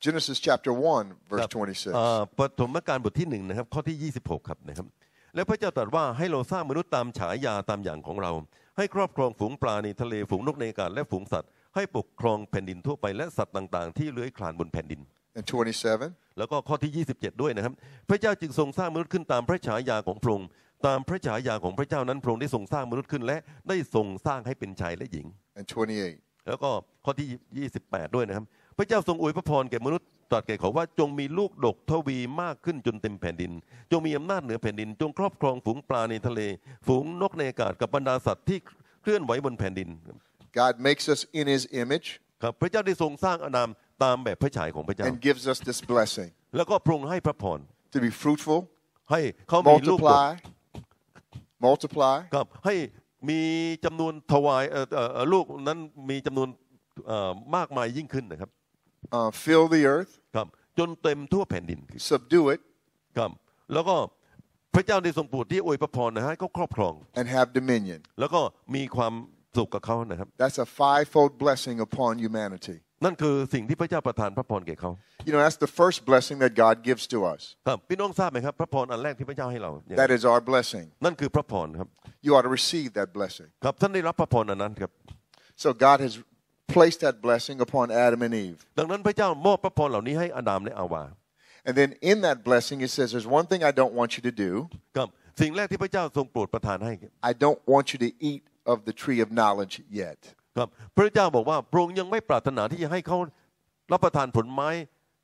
Speaker 2: Genesis chapter 1, verse 26.
Speaker 3: เอ่อปฐมกาลบทที่หนึ่งนะครับข้อที่ 26 ครับนะครับ แล้วพระเจ้าตรัสว่าให้เราสร้างมนุษย์ตามฉายาตามอย่างของเรา ให้ครอบครองฝูงปลาในทะเลฝูงนกในอากาศและฝูงสัตว์ ให้ปกครองแผ่นดินทั่วไปและสัตว์ต่างๆ ที่เลื้อยคลานบนแผ่นดิน
Speaker 2: and 27.
Speaker 3: แล้วก็ข้อที่ 27 ด้วยนะครับ พระเจ้าจึงทรงสร้างมนุษย์ขึ้นตามพระฉายาของพระองค์ตามพระฉายาของพระเจ้านั้นพระองค์ได้ทรงสร้างมนุษย์ขึ้น และได้ทรงสร้างให้เป็นชายและหญิง
Speaker 2: and 28.
Speaker 3: แล้วก็ข้อที่ 28 ด้วยนะครับ พระเจ้าทรงอวยพระพรแก่มนุษย์ตรัสแก่เขาว่าจงมีลูกดกทวีมากขึ้นจนเต็มแผ่นดิน จงมีอำนาจเหนือแผ่นดิน จงครอบครองฝูงปลาในทะเล ฝูงนกในอากาศกับบรรดาสัตว์ที่เคลื่อนไหวบนแผ่นดิน
Speaker 2: God makes us in his image
Speaker 3: ครับพระเจ้าได้ทรงสร้างอานามตามแบบพระฉายของพระเจ้า
Speaker 2: and gives us this blessing
Speaker 3: แล้วก็พระองค์ให้พระพร
Speaker 2: to be fruitful,
Speaker 3: ให้เขามีลูกดก
Speaker 2: multiply, multiply,
Speaker 3: ครับให้มีจำนวนถวายเอ่อเอ่อเอ่อลูกนั้นมีจำนวนเอ่อมากมายยิ่งขึ้นนะครับ
Speaker 2: uh, fill the earth,
Speaker 3: ครับจนเต็มทั่วแผ่นดิน
Speaker 2: subdue it,
Speaker 3: ครับแล้วก็พระเจ้าได้ทรงโปรดที่อวยพระพรนะฮะให้เขาครอบครอง
Speaker 2: and have dominion.
Speaker 3: แล้วก็มีความสุขกับเขานะครับ
Speaker 2: That's a fivefold blessing upon humanity.
Speaker 3: นั่นคือสิ่งที่พระเจ้าประทานพระพรแก่เขา
Speaker 2: You know, that's the first blessing that God gives to us.
Speaker 3: ครับพี่น้องทราบไหมครับ พระพรอันแรกที่พระเจ้าให้เราเนี่ย
Speaker 2: That is our blessing.
Speaker 3: นั่นคือพระพรครับ
Speaker 2: You ought to receive that blessing.
Speaker 3: ครับท่านได้รับพระพรอันนั้นครับ
Speaker 2: So God has placed that blessing upon Adam and Eve.
Speaker 3: ดังนั้นพระเจ้ามอบพระพรเหล่านี้ให้อาดามและอาวา
Speaker 2: And then in that blessing, it says, There's one thing I don't want you to do.
Speaker 3: ครับสิ่งแรกที่พระเจ้าทรงโปรดประทานให้
Speaker 2: I don't want you to eat of the tree of knowledge yet.
Speaker 3: ครับพระเจ้าบอกว่าพระองค์ยังไม่ปรารถนาที่จะให้เขารับประทานผลไม้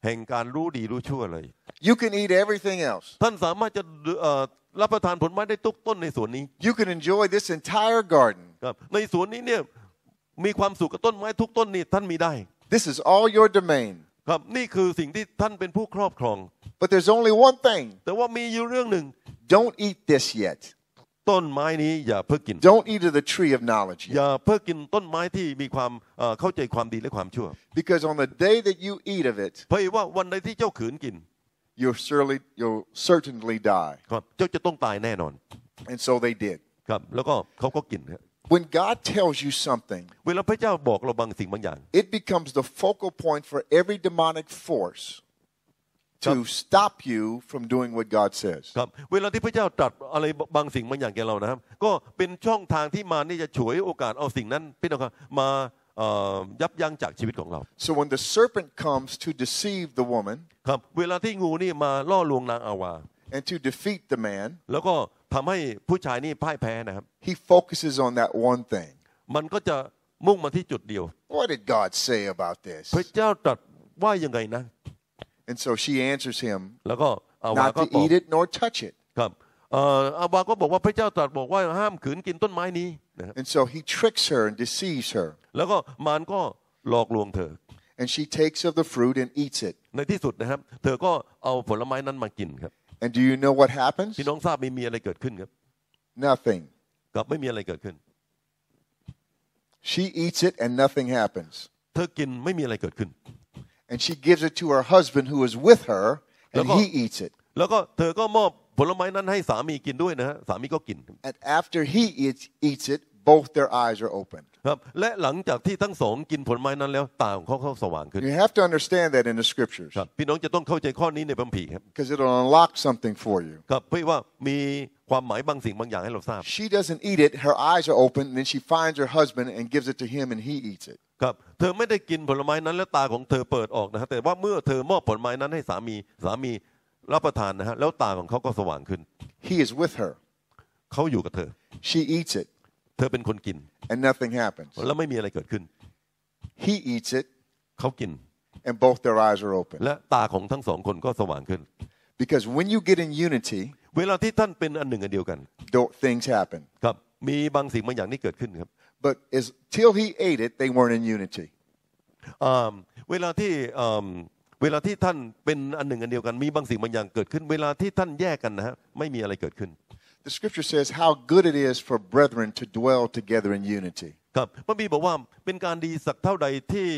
Speaker 3: แห่งการรู้ดีรู้ชั่วเลย
Speaker 2: You can eat everything else.
Speaker 3: ท่านสามารถจะเอ่อรับประทานผลไม้ได้ทุกต้นในสวนนี้
Speaker 2: You can enjoy this entire garden.
Speaker 3: ครับในสวนนี้เนี่ยมีความสุขกับต้นไม้ทุกต้นนี่ท่านมีได้
Speaker 2: This is all your domain.
Speaker 3: ครับนี่คือสิ่งที่ท่านเป็นผู้ครอบครอง
Speaker 2: But there's only one thing.
Speaker 3: แต่ว่ามีอยู่เรื่องหนึ่ง
Speaker 2: Don't eat this yet.
Speaker 3: ต้นไม้นี้อย่าเพิ่งกิน
Speaker 2: Don't eat of the tree of knowledge
Speaker 3: อ
Speaker 2: yet.
Speaker 3: ย่าเพิ่งกินต้นไม้ที่มีความเอ่อเข้าใจความดีและความชั่ว
Speaker 2: Because on the day that you eat of it,
Speaker 3: เพราะว่าวันใดที่เจ้าขืนกิน
Speaker 2: you'll surely you'll certainly die.
Speaker 3: ครับเจ้าจะต้องตายแน่นอน
Speaker 2: And so they did.
Speaker 3: ครับแล้วก็เขาก็กินครับ
Speaker 2: When God tells you something,
Speaker 3: เวลาพระเจ้าบอกเราบางสิ่งบางอย่าง
Speaker 2: it becomes the focal point for every demonic force to
Speaker 3: Come.
Speaker 2: stop you from doing what God says.
Speaker 3: ครับเวลาที่พระเจ้าตรัสอะไรบางสิ่งบางอย่างแก่เรานะครับ ก็เป็นช่องทางที่มารนี่จะฉวยโอกาสเอาสิ่งนั้นพี่น้องครับมาเอ่อยับยั้งจากชีวิตของเรา
Speaker 2: So when the serpent comes to deceive the woman
Speaker 3: ครับเวลาที่งูนี่มาล่อลวงนางอาวา
Speaker 2: and to defeat the man,
Speaker 3: แล้วก็ทำให้ผู้ชายนี่พ่ายแพ้นะครับ
Speaker 2: he focuses on that one thing.
Speaker 3: มันก็จะมุ่งมาที่จุดเดียว
Speaker 2: What did God say about this?
Speaker 3: พระเจ้าตรัสว่ายังไงนะ
Speaker 2: And so she answers him
Speaker 3: แล้วก็อาวา
Speaker 2: not
Speaker 3: ก็
Speaker 2: to
Speaker 3: ตอบ
Speaker 2: eat it nor touch it.
Speaker 3: ครับเอ่ออาวาก็บอกว่าพระเจ้าตรัสบอกว่าห้ามขืนกินต้นไม้นี้นะครับ
Speaker 2: And so he tricks her and deceives her.
Speaker 3: แล้วก็มารก็หลอกลวงเธอ
Speaker 2: And she takes of the fruit and eats it.
Speaker 3: ในที่สุดนะครับ เธอก็เอาผลไม้นั้นมากินครับ
Speaker 2: And do you know what happens?
Speaker 3: พี่น้องทราบไหม่มีอะไรเกิดขึ้นครับ
Speaker 2: Nothing.
Speaker 3: กลับไม่มีอะไรเกิดขึ้น
Speaker 2: She eats it and nothing happens.
Speaker 3: เธอกินไม่มีอะไรเกิดขึ้น
Speaker 2: And she gives it to her husband who is with her, and
Speaker 3: Look up.
Speaker 2: he eats it.
Speaker 3: แล้วก็เธอก็มอบผลไม้นั้นให้สามีกินด้วยนะฮะสามีก็กิน
Speaker 2: And after he eats, eats it, both their eyes are open.
Speaker 3: ครับ และหลังจากที่ทั้งสองกินผลไม้นั้นแล้วตาของเขาเขาสว่างขึ้น
Speaker 2: You have to understand that in the scriptures
Speaker 3: ครับ พี่น้องจะต้องเข้าใจข้อนี้ในพระคัมภีร์ครับ
Speaker 2: because it'll unlock something for you.
Speaker 3: ครับเพราะว่ามีความหมายบางสิ่งบางอย่างให้เราทราบ
Speaker 2: She doesn't eat it, her eyes are open, and then she finds her husband and gives it to him, and he eats it.
Speaker 3: ครับ เธอไม่ได้กินผลไม้นั้นแล้วตาของเธอเปิดออกนะฮะแต่ว่าเมื่อเธอมอบผลไม้นั้นให้สามีสามีรับประทานนะฮะแล้วตาของเขาก็สว่างขึ้น
Speaker 2: He is with her.
Speaker 3: เขาอยู่กับเธอ
Speaker 2: She eats it,
Speaker 3: เธอเป็นคนกิน
Speaker 2: and nothing happens.
Speaker 3: แล้วไม่มีอะไรเกิดขึ้น
Speaker 2: He eats it,
Speaker 3: เขากิน
Speaker 2: and both their eyes are open.
Speaker 3: และตาของทั้งสองคนก็สว่างขึ้น
Speaker 2: Because when you get in unity,
Speaker 3: เวลาที่ท่านเป็นอันหนึ่งอันเดียวกัน
Speaker 2: tho- things happen.
Speaker 3: ครับ มีบางสิ่งบางอย่างที่เกิดขึ้นครับ
Speaker 2: But as, till he ate it, they weren't in unity.
Speaker 3: อ่าเวลาที่อ่าเวลาที่ท่านเป็นอันหนึ่งอันเดียวกัน มีบางสิ่งบางอย่างเกิดขึ้น เวลาที่ท่านแยกกันนะฮะไม่มีอะไรเกิดขึ้น
Speaker 2: The scripture says how good it is for brethren to dwell together in unity.
Speaker 3: ครับพระบีบอกว่าเป็นการดีสักเท่าใดที่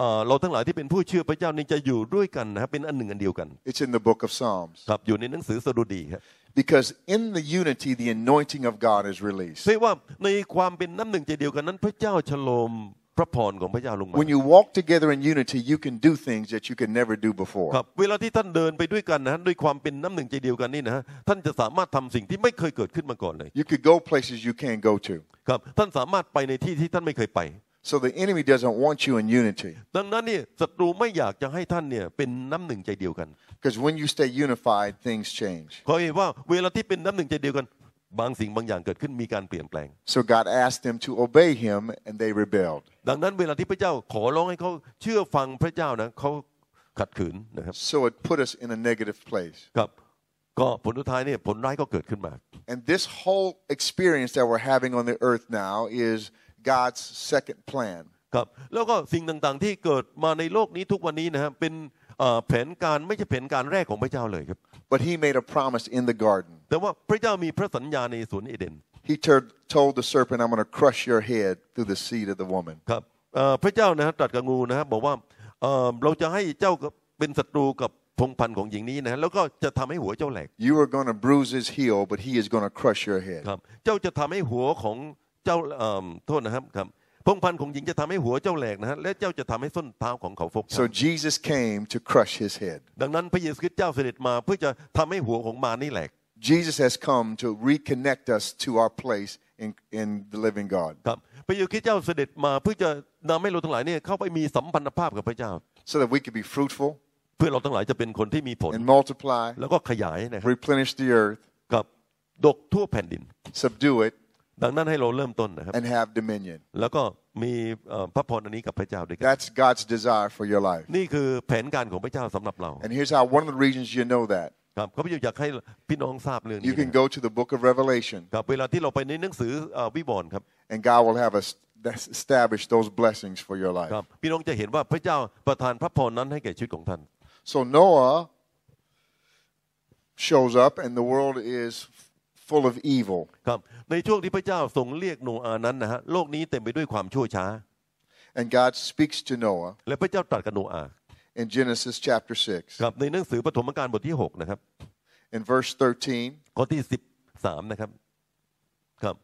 Speaker 3: อ่าเราทั้งหลายที่เป็นผู้เชื่อพระเจ้านี่จะอยู่ด้วยกันนะฮะเป็นอันหนึ่งอันเดียวกัน
Speaker 2: It's in the book of Psalms.
Speaker 3: ครับอยู่ในหนังสือสดุดีครับ
Speaker 2: Because in the unity, the anointing of God is released.
Speaker 3: เรียกว่าในความเป็นน้ำหนึ่งใจเดียวกันนั้น พระเจ้าฉโลมพระพรของพระเจ้าลงมา
Speaker 2: When you walk together in unity, you can do things that you could never do
Speaker 3: ครั
Speaker 2: before.
Speaker 3: บเวลาที่ท่านเดินไปด้วยกันนะฮะด้วยความเป็นน้ำหนึ่งใจเดียวกันนี่นะฮะท่านจะสามารถทำสิ่งที่ไม่เคยเกิดขึ้นมาก่อนเลย
Speaker 2: You could go places you can't go to.
Speaker 3: ครับท่านสามารถไปในที่ที่ท่านไม่เคยไป
Speaker 2: So the enemy doesn't want you in unity.
Speaker 3: ดังนั้นเนี่ยศัตรูไม่อยากจะให้ท่านเนี่ยเป็นน้ำหนึ่งใจเดียวกัน
Speaker 2: Because when you stay unified, things change.
Speaker 3: ก็เห็นว่าเวลาที่เป็นน้ำหนึ่งใจเดียวกัน บางสิ่งบางอย่างเกิดขึ้นมีการเปลี่ยนแปลง
Speaker 2: So God asked them to obey him, and they rebelled.
Speaker 3: ดังนั้นเวลาที่พระเจ้าขอร้องให้เขาเชื่อฟังพระเจ้านะเขาขัดขืนนะครับ
Speaker 2: So it put us in a negative place.
Speaker 3: ครับ ก็ผลสุดท้ายเนี่ยผลร้ายก็เกิดขึ้นมา
Speaker 2: And this whole experience that we're having on the earth now is God's second plan.
Speaker 3: ครับแล้วก็สิ่งต่างๆ ที่เกิดมาในโลกนี้ทุกวันนี้นะฮะเป็นเอ่อแผนการไม่ใช่แผนการแรกของพระเจ้าเลยครับ
Speaker 2: But he made a promise in the garden.
Speaker 3: แต่ว่าพระเจ้ามีพระสัญญาในสวนเอเดน
Speaker 2: He tur- told the serpent, I'm going to crush your head through the seed of the woman.
Speaker 3: ครับเอ่อพระเจ้านะฮะตรัสกับงูนะฮะบอกว่าเอ่อเราจะให้เจ้าเป็นศัตรูกับพงพันธุ์ของหญิงนี้นะฮะแล้วก็จะทำให้หัวเจ้าแหลก
Speaker 2: You are going to bruise his heel, but he is going to crush your head.
Speaker 3: ครับเจ้าจะทำให้หัวของเจ้าเอิ่มโทษนะครับครับพงพันธุ์ของหญิงจะทำให้หัวเจ้าแหลกนะฮะและเจ้าจะทำให้ส้นเท้าของเขาฟกช้
Speaker 2: So Jesus came to crush his head.
Speaker 3: ำดังนั้นพระเยซูคริสต์เจ้าเสด็จมาเพื่อจะทำให้หัวของมารนี่แหลก
Speaker 2: Jesus has come to reconnect us to our place in, in the living God
Speaker 3: ครับพระเยซูคริสต์เจ้าเสด็จมาเพื่อจะนำให้เราทั้งหลายเนี่ยเข้าไปมีสัมพันธภาพกับพระเจ้า
Speaker 2: so that we could be fruitful
Speaker 3: เพื่อเราทั้งหลายจะเป็นคนที่มีผล
Speaker 2: and multiply,
Speaker 3: แล้วก็ขยายนะครับ
Speaker 2: replenish the earth,
Speaker 3: กับดกทั่วแผ่นดิน
Speaker 2: subdue it,
Speaker 3: ดังนั้นให้เราเริ่มต้นนะครับ
Speaker 2: and have dominion.
Speaker 3: แล้วก็มีเอ่อพระพรอันนี้กับพระเจ้าด้วยกัน
Speaker 2: That's God's desire for your life.
Speaker 3: นี่คือแผนการของพระเจ้าสำหรับเรา
Speaker 2: And here's how one of the reasons you know that.
Speaker 3: ครับเขาพยายามอยากให้พี่น้องทราบเรื่อง
Speaker 2: You
Speaker 3: นี้
Speaker 2: can
Speaker 3: นะครับ
Speaker 2: go to the book of Revelation
Speaker 3: ครับเวลาที่เราไปในหนังสือเอ่อวิวรณ์ครับ
Speaker 2: and God will have us that's established those blessings for your life.
Speaker 3: ครับพี่น้องจะเห็นว่าพระเจ้าประทานพระพรนั้นให้แก่ชีวิตของท่าน
Speaker 2: So Noah shows up and the world is full of evil.
Speaker 3: ครับในช่วงที่พระเจ้าทรงเรียกโนอานั้นนะฮะโลกนี้เต็มไปด้วยความชั่วช้า
Speaker 2: And God speaks to Noah
Speaker 3: และพระเจ้าตรัสกับโนอาห์
Speaker 2: in Genesis chapter 6.
Speaker 3: ครับในหนังสือปฐมกาลบทที่6นะครับ
Speaker 2: In verse 13,
Speaker 3: ข้อที่13นะครับครับ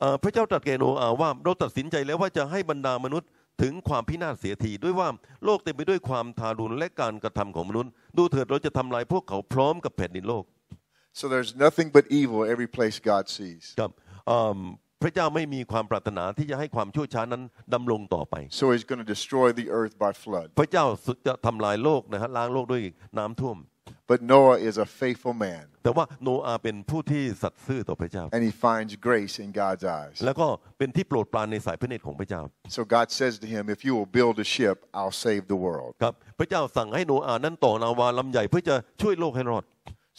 Speaker 3: เอ่อพระเจ้าตรัสแก่โนอาห์ว่าเราตัดสินใจแล้วว่าจะให้บรรดามนุษย์ถึงความพินาศเสียทีด้วยว่าโลกเต็มไปด้วยความทารุณและการกระทำของมนุษย์ ดูเถิดเราจะทำลายพวกเขาพร้อมกับแผ่นดินโลก
Speaker 2: so there's nothing but evil every place God sees.
Speaker 3: ครับเอิ่มพระเจ้าไม่มีความปรารถนาที่จะให้ความชั่วช้านั้นดำรงต่อไป
Speaker 2: So he's going to destroy the earth by flood.
Speaker 3: พระเจ้าจะทำลายโลกนะฮะล้างโลกด้วยน้ำท่วม
Speaker 2: But Noah is a faithful man
Speaker 3: แต่ว่าโนอาห์เป็นผู้ที่สัตย์ซื่อต่อพระเจ้า
Speaker 2: and he finds grace in God's eyes.
Speaker 3: แล้วก็เป็นที่โปรดปรานในสายพระเนตรของพระเจ้า
Speaker 2: So God says to him, If you will build a ship, I'll save the world.
Speaker 3: ครับพระเจ้าสั่งให้โนอาห์นั้นต่อนาวาลำใหญ่เพื่อจะช่วยโลกให้รอด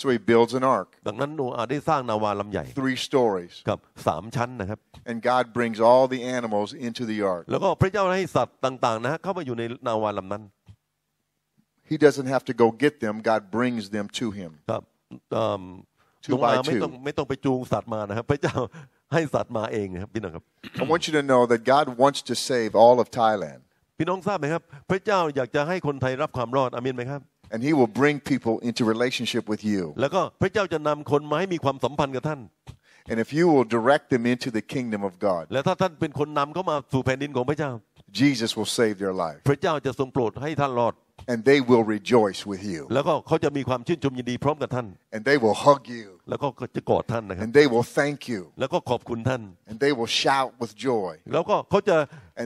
Speaker 2: So he builds an ark,
Speaker 3: ดังนั้นโนอาห์ได้สร้างนาวาลำใหญ่
Speaker 2: three stories,
Speaker 3: ครับสามชั้นนะครับ
Speaker 2: and God brings all the animals into the ark.
Speaker 3: แล้วก็พระเจ้าให้สัตว์ต่างๆนะฮะเข้ามาอยู่ในนาวาลำนั้น
Speaker 2: He doesn't have to go get them, God brings them to him.
Speaker 3: ครับเอิ่ม
Speaker 2: Two
Speaker 3: โนอาห์
Speaker 2: by
Speaker 3: ไม่ต้อง
Speaker 2: two
Speaker 3: ไม่ต้องไปจูงสัตว์มานะครับ พระเจ้าให้สัตว์มาเองนะครับพี่น้องครับ
Speaker 2: I want you to know that God wants to save all of Thailand,
Speaker 3: พี่น้องทราบไหมครับ พระเจ้าอยากจะให้คนไทยรับความรอดอาเมนไหมครับ
Speaker 2: and he will bring people into relationship with you.
Speaker 3: แล้วก็พระเจ้าจะนำคนมาให้มีความสัมพันธ์กับท่าน
Speaker 2: And if you will direct them into the kingdom of God,
Speaker 3: และถ้าท่านเป็นคนนำเขามาสู่แผ่นดินของพระเจ้า
Speaker 2: Jesus will save their life,
Speaker 3: พระเจ้าจะทรงโปรดให้ท่านรอด
Speaker 2: and they will rejoice with you,
Speaker 3: แล้วก็เขาจะมีความชื่นชมยินดีพร้อมกับท่าน
Speaker 2: and they will hug you,
Speaker 3: แล้วก็จะกอดท่านนะครับ
Speaker 2: and they will thank you,
Speaker 3: แล้วก็ขอบคุณท่าน
Speaker 2: and they will shout with joy,
Speaker 3: แล้วก็เขาจะ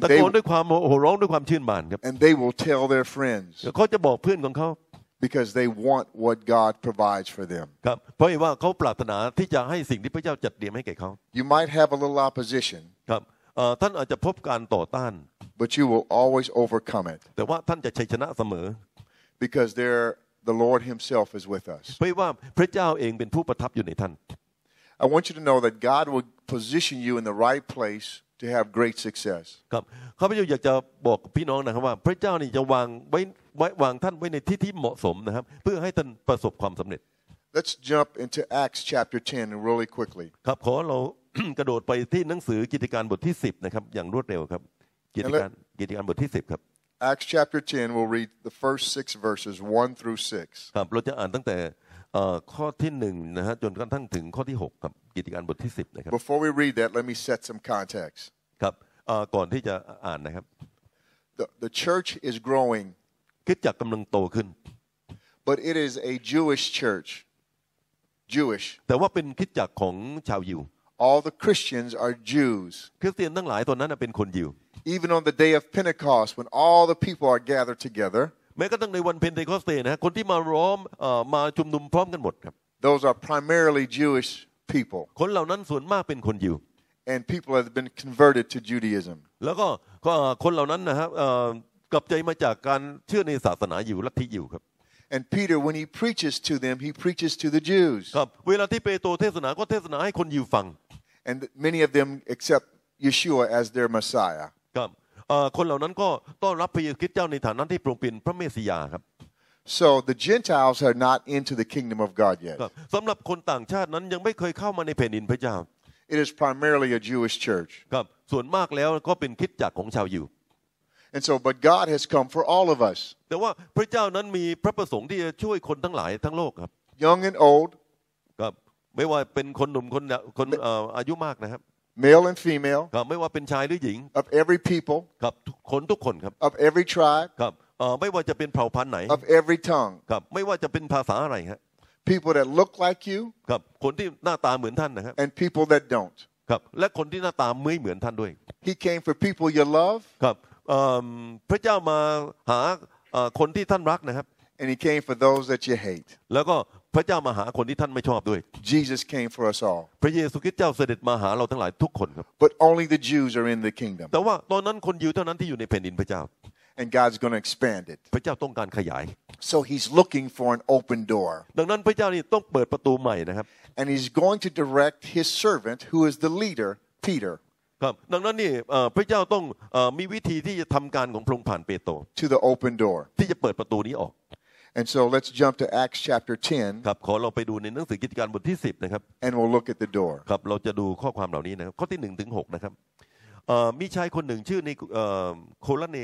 Speaker 3: ตะโกนด้วยความโห่ร้องด้วยความชื่นบานครับ
Speaker 2: and they will tell their friends
Speaker 3: แล้วเขาจะบอกเพื่อนของเขา
Speaker 2: because they want what God provides for them.
Speaker 3: ครับเพราะเห็นว่าเขาปรารถนาที่จะให้สิ่งที่พระเจ้าจัดเตรียมให้แก่เขา
Speaker 2: You might have a little opposition,
Speaker 3: ครับเอ่อท่านอาจจะพบการต่อต้าน
Speaker 2: but you will always overcome it
Speaker 3: แต่ว่าท่านจะชัยชนะเสมอ
Speaker 2: because there the Lord himself is with us.
Speaker 3: เพราะว่าพระเจ้าเองเป็นผู้ประทับอยู่ในท่าน
Speaker 2: I want you to know that God will position you in the right place to have great success.
Speaker 3: ครับข้าพเจ้าอยากจะบอกกับพี่น้องนะครับว่า พระเจ้านี่จะวางไว้ไว้วางท่านไว้ในที่ที่เหมาะสมนะครับ เพื่อให้ท่านประสบความสำเร็จ
Speaker 2: Let's jump into Acts chapter 10 really quickly.
Speaker 3: ครับ ขอเรา กระโดดไปที่หนังสือกิจการบทที่ 10 นะครับ อย่างรวดเร็วครับ กิจการกิจการบทที่ 10 ครับ
Speaker 2: Acts chapter 10 we'll read the first 6 verses 1 through 6.
Speaker 3: ครับเราจะอ่านตั้งแต่เอ่อข้อที่1นะฮะจนกระทั่งถึงข้อที่ 6 ครับ กิจการบทที่ 10 นะครับ
Speaker 2: Before we read that, let me set some context.
Speaker 3: ครับเอ่อก่อนที่จะอ่านนะครับ
Speaker 2: The, the church is growing,
Speaker 3: คิดจักรกำลังโตขึ้น
Speaker 2: but it is a Jewish church. Jewish.
Speaker 3: แต่ว่าเป็นคิดจักรของชาวยิว
Speaker 2: All the Christians are Jews.
Speaker 3: คริสเตียนทั้งหลายตอนนั้นนะเป็นคนยิว
Speaker 2: Even on the day of Pentecost, when all the people are gathered together,
Speaker 3: แม้กระทั่งในวันเพนเทคอสเตย์นะฮะคนที่มาร้อมเอ่อมาชุมนุมพร้อมกันหมดครับ
Speaker 2: those are primarily Jewish people,
Speaker 3: คนเหล่านั้นส่วนมากเป็นคนยิว
Speaker 2: and people have been converted to Judaism.
Speaker 3: แล้วก็ก็คนเหล่านั้นนะครับเอ่อกลับใจมาจากการเชื่อในศาสนายิวลัทธิยิวครับ
Speaker 2: And Peter, when he preaches to them, he preaches to the Jews,
Speaker 3: ครับ เวลาที่เปโตรเทศนาก็เทศนาให้คนยิวฟัง
Speaker 2: and many of them accept Yeshua as their Messiah.
Speaker 3: ครับเอ่อคนเหล่านั้นก็ต้อนรับพระเยซูคริสต์เจ้าในฐานะที่โปรงเป็นพระเมสสิยาห์ครับ
Speaker 2: So the Gentiles are not into the kingdom of God yet.
Speaker 3: ครับสำหรับคนต่างชาตินั้นยังไม่เคยเข้ามาในแผ่นดินพระเจ้า
Speaker 2: It is primarily a Jewish church.
Speaker 3: ครับส่วนมากแล้วก็เป็นคริดจักรของชาวยิว
Speaker 2: And so, but God has come for all of us,
Speaker 3: แต่ว่าพระเจ้านั้นมีพระประสงค์ที่จะช่วยคนทั้งหลายทั้งโลกครับ
Speaker 2: young and old,
Speaker 3: ครับไม่ว่าเป็นคนหนุ่มคนเนี่ยคนเอ่ออายุมากนะครับ
Speaker 2: male and female,
Speaker 3: ครับไม่ว่าเป็นชายหรือหญิง
Speaker 2: of every people,
Speaker 3: ครับทุกคนทุกคนครับ
Speaker 2: of every tribe,
Speaker 3: ครับเอ่อไม่ว่าจะเป็นเผ่าพันธุ์ไหน
Speaker 2: of every tongue.
Speaker 3: ครับไม่ว่าจะเป็นภาษาอะไรฮะ
Speaker 2: People that look like you
Speaker 3: ครับคนที่หน้าตาเหมือนท่านนะครับ
Speaker 2: and people that don't.
Speaker 3: ครับและคนที่หน้าตาไม่เหมือนท่านด้วย
Speaker 2: He came for people you love,
Speaker 3: ครับเอิ่มพระเจ้ามาหาเอ่อคนที่ท่านรักนะครับ
Speaker 2: and he came for those that you hate.
Speaker 3: แล้วก็ พระเจ้ามาหาคนที่ท่านไม่ชอบด้วย
Speaker 2: Jesus came for us all,
Speaker 3: พระเยซูคริสต์เจ้าเสด็จมาหาเราทั้งหลายทุกคนครับ
Speaker 2: but only the Jews are in the kingdom,
Speaker 3: แต่ว่าตอนนั้นคนยิวเท่านั้นที่อยู่ในแผ่นดินพระเจ้า
Speaker 2: and God's going to expand it.
Speaker 3: พระเจ้าต้องการขยาย
Speaker 2: So he's looking for an open door,
Speaker 3: ดังนั้นพระเจ้านี่ต้องเปิดประตูใหม่นะครับ
Speaker 2: and he's going to direct his servant, who is the leader, Peter,
Speaker 3: ครับ ดังนั้นนี่เอ่อพระเจ้าต้องเอ่อมีวิธีที่จะทำการของพระองค์ผ่านเปโตร
Speaker 2: to the open door.
Speaker 3: ที่จะเปิดประตูนี้ออก
Speaker 2: And so let's jump to Acts chapter 10,
Speaker 3: ครับ ขอเราไปดูในหนังสือกิจการบทที่ 10 นะครับ
Speaker 2: and we'll look at the door.
Speaker 3: ครับ เราจะดูข้อความเหล่านี้นะครับ ข้อที่1ถึง6นะครับเอ่อมีชายคนหนึ่งชื่อในเอ่อโคลาเน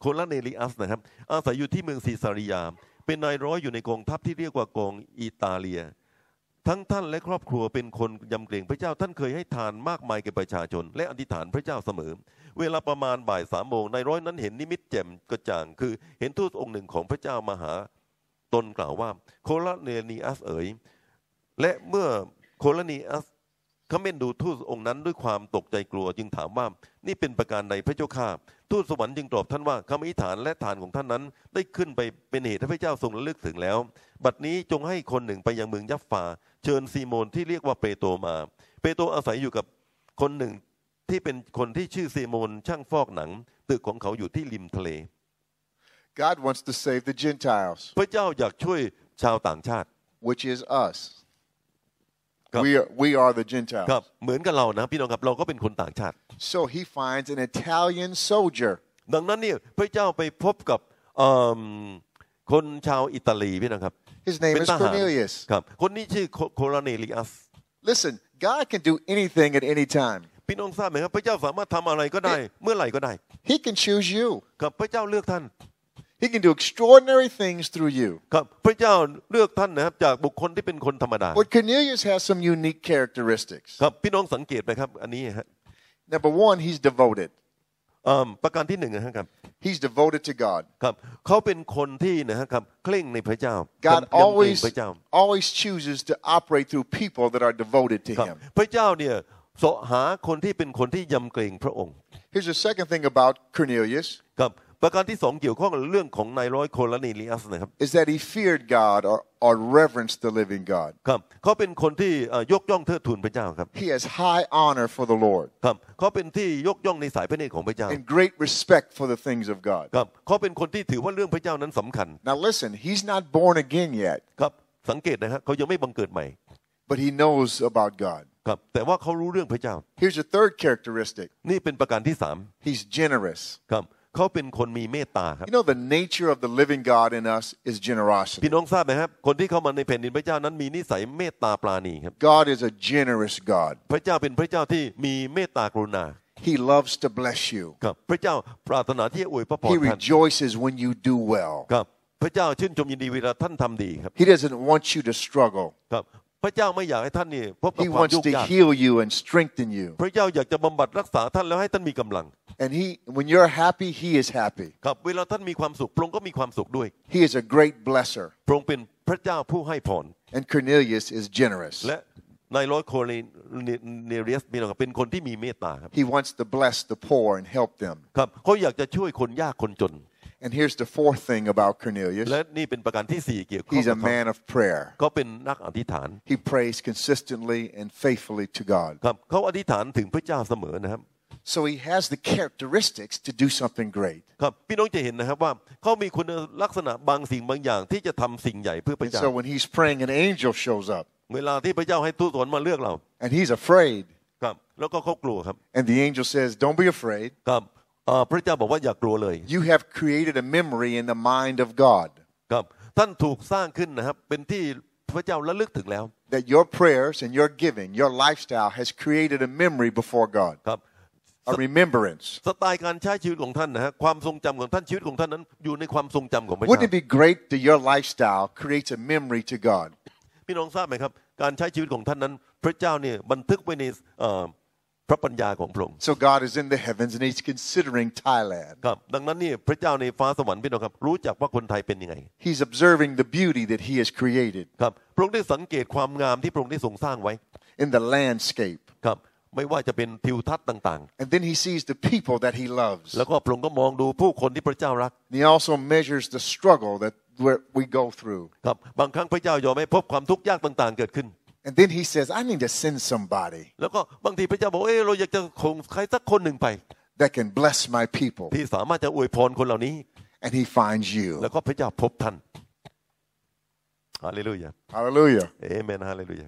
Speaker 3: โคลาเนลิอัสนะครับ อาศัยอยู่ที่เมืองซีซาริยา เป็นนายร้อยอยู่ในกองทัพที่เรียกว่ากองอิตาเลีย ทั้งท่านและครอบครัวเป็นคนยำเกรงพระเจ้าท่านเคยให้ทานมากมายแก่ประชาชน และอธิษฐานพระเจ้าเสมอ เวลาประมาณบ่ายสามโมงนายร้อยนั้นเห็นนิมิตแจ่มกระจ่าง คือเห็นทูตองค์หนึ่งของพระเจ้ามาหาตนกล่าวว่าโคลาเนลิอัสเอ๋ยและเมื่อโคลาเนลิอัส เขาเม่นดูทูตองค์นั้นด้วยความตกใจกลัวจึงถามว่านี่เป็นประการใดพระเจ้าข้าทูตสวรรค์จึงตอบท่านว่าคำอธิษฐานและทานของท่านนั้น ได้ขึ้นไปเป็นเหตุให้พระเจ้าทรงระลึกถึงแล้ว บัดนี้จงให้คนหนึ่งไปยังเมืองยัฟฟา เชิญซีโมนที่เรียกว่าเปโตรมา เปโตรอาศัยอยู่กับคนหนึ่งที่เป็นคนที่ชื่อซีโมนช่างฟอกหนัง ตึกของเขาอยู่ที่ริมทะเล
Speaker 2: God wants to save the Gentiles,
Speaker 3: พระเจ้าอยากช่วยชาวต่างชาติ
Speaker 2: which is us.
Speaker 3: Come.
Speaker 2: We are, we are the
Speaker 3: ครับ
Speaker 2: Gentiles.
Speaker 3: เหมือนกับเรานะพี่น้องครับเราก็เป็นคนต่างชาติ
Speaker 2: So he finds an Italian soldier
Speaker 3: ดังนั้นเนี่ยพระเจ้าไปพบกับเอิ่มคนชาวอิตาลีพี่นะครับ
Speaker 2: His name
Speaker 3: เป็น
Speaker 2: is
Speaker 3: ทหาร
Speaker 2: Cornelius.
Speaker 3: ครับคนนี้ชื่อโคลเนลิอัส
Speaker 2: Listen, God can do anything at any time.
Speaker 3: พี่น้องทราบไหมครับ พระเจ้าสามารถทำอะไรก็ได้ เมื่อไหร่ก็ได้
Speaker 2: He can choose you.
Speaker 3: ครับพระเจ้าเลือกท่าน
Speaker 2: He can do extraordinary things through you.
Speaker 3: ครับพระเจ้าเลือกท่านนะครับจากบุคคลที่เป็นคนธรรมดา
Speaker 2: But Cornelius has some unique characteristics.
Speaker 3: ครับพี่น้องสังเกตไหมครับ อันนี้ฮะ
Speaker 2: Number one, he's devoted.
Speaker 3: เอิ่มประการที่หนึ่งนะครับ
Speaker 2: He's devoted to God.
Speaker 3: ครับเขาเป็นคนที่นะครับเคร่งในพระเจ้า
Speaker 2: God
Speaker 3: ยำยำเกรง
Speaker 2: always
Speaker 3: พระเจ้า
Speaker 2: always chooses to operate through people that are devoted to
Speaker 3: ครับ
Speaker 2: Him.
Speaker 3: พระเจ้าเนี่ยเสาะหาคนที่เป็นคนที่ยำเกรงพระองค์
Speaker 2: Here's the second thing about Cornelius
Speaker 3: ครับประการที่สองเกี่ยวข้องกับเรื่องของนายร้อยโคลาเนลิอัสนะครับ
Speaker 2: is that he feared God or, or reverenced the living God.
Speaker 3: ครับเขาเป็นคนที่เอ่อยกย่องเทิดทูนพระเจ้าครับ
Speaker 2: He has high honor for the Lord
Speaker 3: ครับเขาเป็นที่ยกย่องในสายพระเนตรของพระเจ้า
Speaker 2: and great respect for the things of God.
Speaker 3: ครับเขาเป็นคนที่ถือว่าเรื่องพระเจ้านั้นสำคัญ
Speaker 2: Now listen, he's not born again yet,
Speaker 3: ครับสังเกตนะฮะเขายังไม่บังเกิดใหม่
Speaker 2: but he knows about God.
Speaker 3: ครับแต่ว่าเขารู้เรื่องพระเจ้า
Speaker 2: Here's a third characteristic.
Speaker 3: นี่เป็นประการที่สาม
Speaker 2: He's generous.
Speaker 3: ครับเขาเป็นคนมีเมตตาครับ
Speaker 2: You know the nature of the living God in us is
Speaker 3: พี่
Speaker 2: generosity.
Speaker 3: น้องทราบไหมครับคนที่เข้ามาในแผ่นดินพระเจ้านั้นมีนิสัยเมตตาปราณีครับ
Speaker 2: God is a generous God.
Speaker 3: พระเจ้าเป็นพระเจ้าที่มีเมตตากรุณา
Speaker 2: He loves to bless you.
Speaker 3: ครับพระเจ้าปรารถนาที่จะอวยพระพร
Speaker 2: He
Speaker 3: ท่าน
Speaker 2: rejoices when you do well.
Speaker 3: ครับพระเจ้าชื่นชมยินดีเวลาท่านทำดีครับ
Speaker 2: He doesn't want you to struggle.
Speaker 3: ครับพระเจ้าไม่อยากให้ท่านนี่พบกับ
Speaker 2: He
Speaker 3: ความ
Speaker 2: wants
Speaker 3: ยุ่ง
Speaker 2: to
Speaker 3: ยาก
Speaker 2: heal you and strengthen you.
Speaker 3: พระเจ้าอยากจะบำบัดรักษาท่านแล้วให้ท่านมีกำลัง
Speaker 2: And he when you're happy, he is happy.
Speaker 3: ครับเวลาท่านมีความสุขพระองค์ก็มีความสุขด้วย
Speaker 2: He is a great blesser.
Speaker 3: พระองค์เป็นพระเจ้าผู้ให้พร
Speaker 2: And Cornelius is generous.
Speaker 3: และนายร้อยโคเลเนเรียสมีนะครับเป็นคนที่มีเมตตาครับ
Speaker 2: He wants to bless the poor and help them.
Speaker 3: ครับเขาอยากจะช่วยคนยากคนจน
Speaker 2: And here's the fourth thing about Cornelius.
Speaker 3: และนี่เป็นประการที่สี่เกี่ยวข้อง
Speaker 2: He's a
Speaker 3: กับเขา
Speaker 2: man of prayer.
Speaker 3: เขาเป็นนักอธิษฐาน
Speaker 2: He prays consistently and faithfully to God.
Speaker 3: ครับเขาอธิษฐานถึงพระเจ้าเสมอนะครับ
Speaker 2: So he has the characteristics to do something great.
Speaker 3: ครับพี่น้องจะเห็นนะครับว่าเขามีคุณลักษณะบางสิ่งบางอย่างที่จะทำสิ่งใหญ่เพื่อพระ
Speaker 2: And
Speaker 3: เจ้า
Speaker 2: so when he's praying, an angel shows up
Speaker 3: เวลาที่พระเจ้าให้ทูตสวรรค์มาเลือกเรา
Speaker 2: and he's afraid.
Speaker 3: ครับแล้วก็เขากลัวครับ
Speaker 2: And the angel says, Don't be afraid.
Speaker 3: ครับอ่าพระเจ้าบอกว่าอย่ากลัวเลย
Speaker 2: You have created a memory in the mind of God
Speaker 3: ครับท่านถูกสร้างขึ้นนะครับ เป็นที่พระเจ้าระลึกถึงแล้ว
Speaker 2: that your prayers and your giving, your lifestyle has created a memory before God,
Speaker 3: ครับ
Speaker 2: a remembrance.
Speaker 3: สไตล์การใช้ชีวิตของท่านนะฮะความทรงจำของท่านชีวิตของท่านนั้น อยู่ในความทรงจำของพระเจ้า
Speaker 2: Wouldn't it be great that your lifestyle creates a memory to God?
Speaker 3: พี่น้องทราบไหมครับ การใช้ชีวิตของท่านนั้น พระเจ้าเนี่ยบันทึกไว้ในเอ่อพระปัญญาของพระองค์
Speaker 2: So God is in the heavens and he's considering Thailand.
Speaker 3: ครับ ดังนั้นเนี่ยพระเจ้าในฟ้าสวรรค์พี่น้องครับ รู้จักว่าคนไทยเป็นยังไง
Speaker 2: He's observing the beauty that he has created
Speaker 3: ครับพระองค์ได้สังเกตความงามที่พระองค์ได้ทรงสร้างไว้
Speaker 2: in the landscape.
Speaker 3: ครับ ไม่ว่าจะเป็นทิวทัศน์ต่าง
Speaker 2: And then he sees the people that he loves.
Speaker 3: ๆ แล้วก็พระองค์ก็มองดูผู้คนที่พระเจ้ารัก
Speaker 2: And he also measures the struggle that we're- we go through.
Speaker 3: ครับบางครั้งพระเจ้ายอมให้พบความทุกข์ยากต่าง ๆ เกิดขึ้น
Speaker 2: And then he says, I need to send somebody
Speaker 3: แล้วก็บางทีพระเจ้าบอกเออเราอยากจะคงใครสักคนหนึ่งไป
Speaker 2: that can bless my people.
Speaker 3: ที่สามารถจะอวยพรคนเหล่านี้
Speaker 2: And he finds you.
Speaker 3: แล้วก็พระเจ้าพบท่านฮาเลลูยา
Speaker 2: Hallelujah.
Speaker 3: เอเมนฮาเลลูยา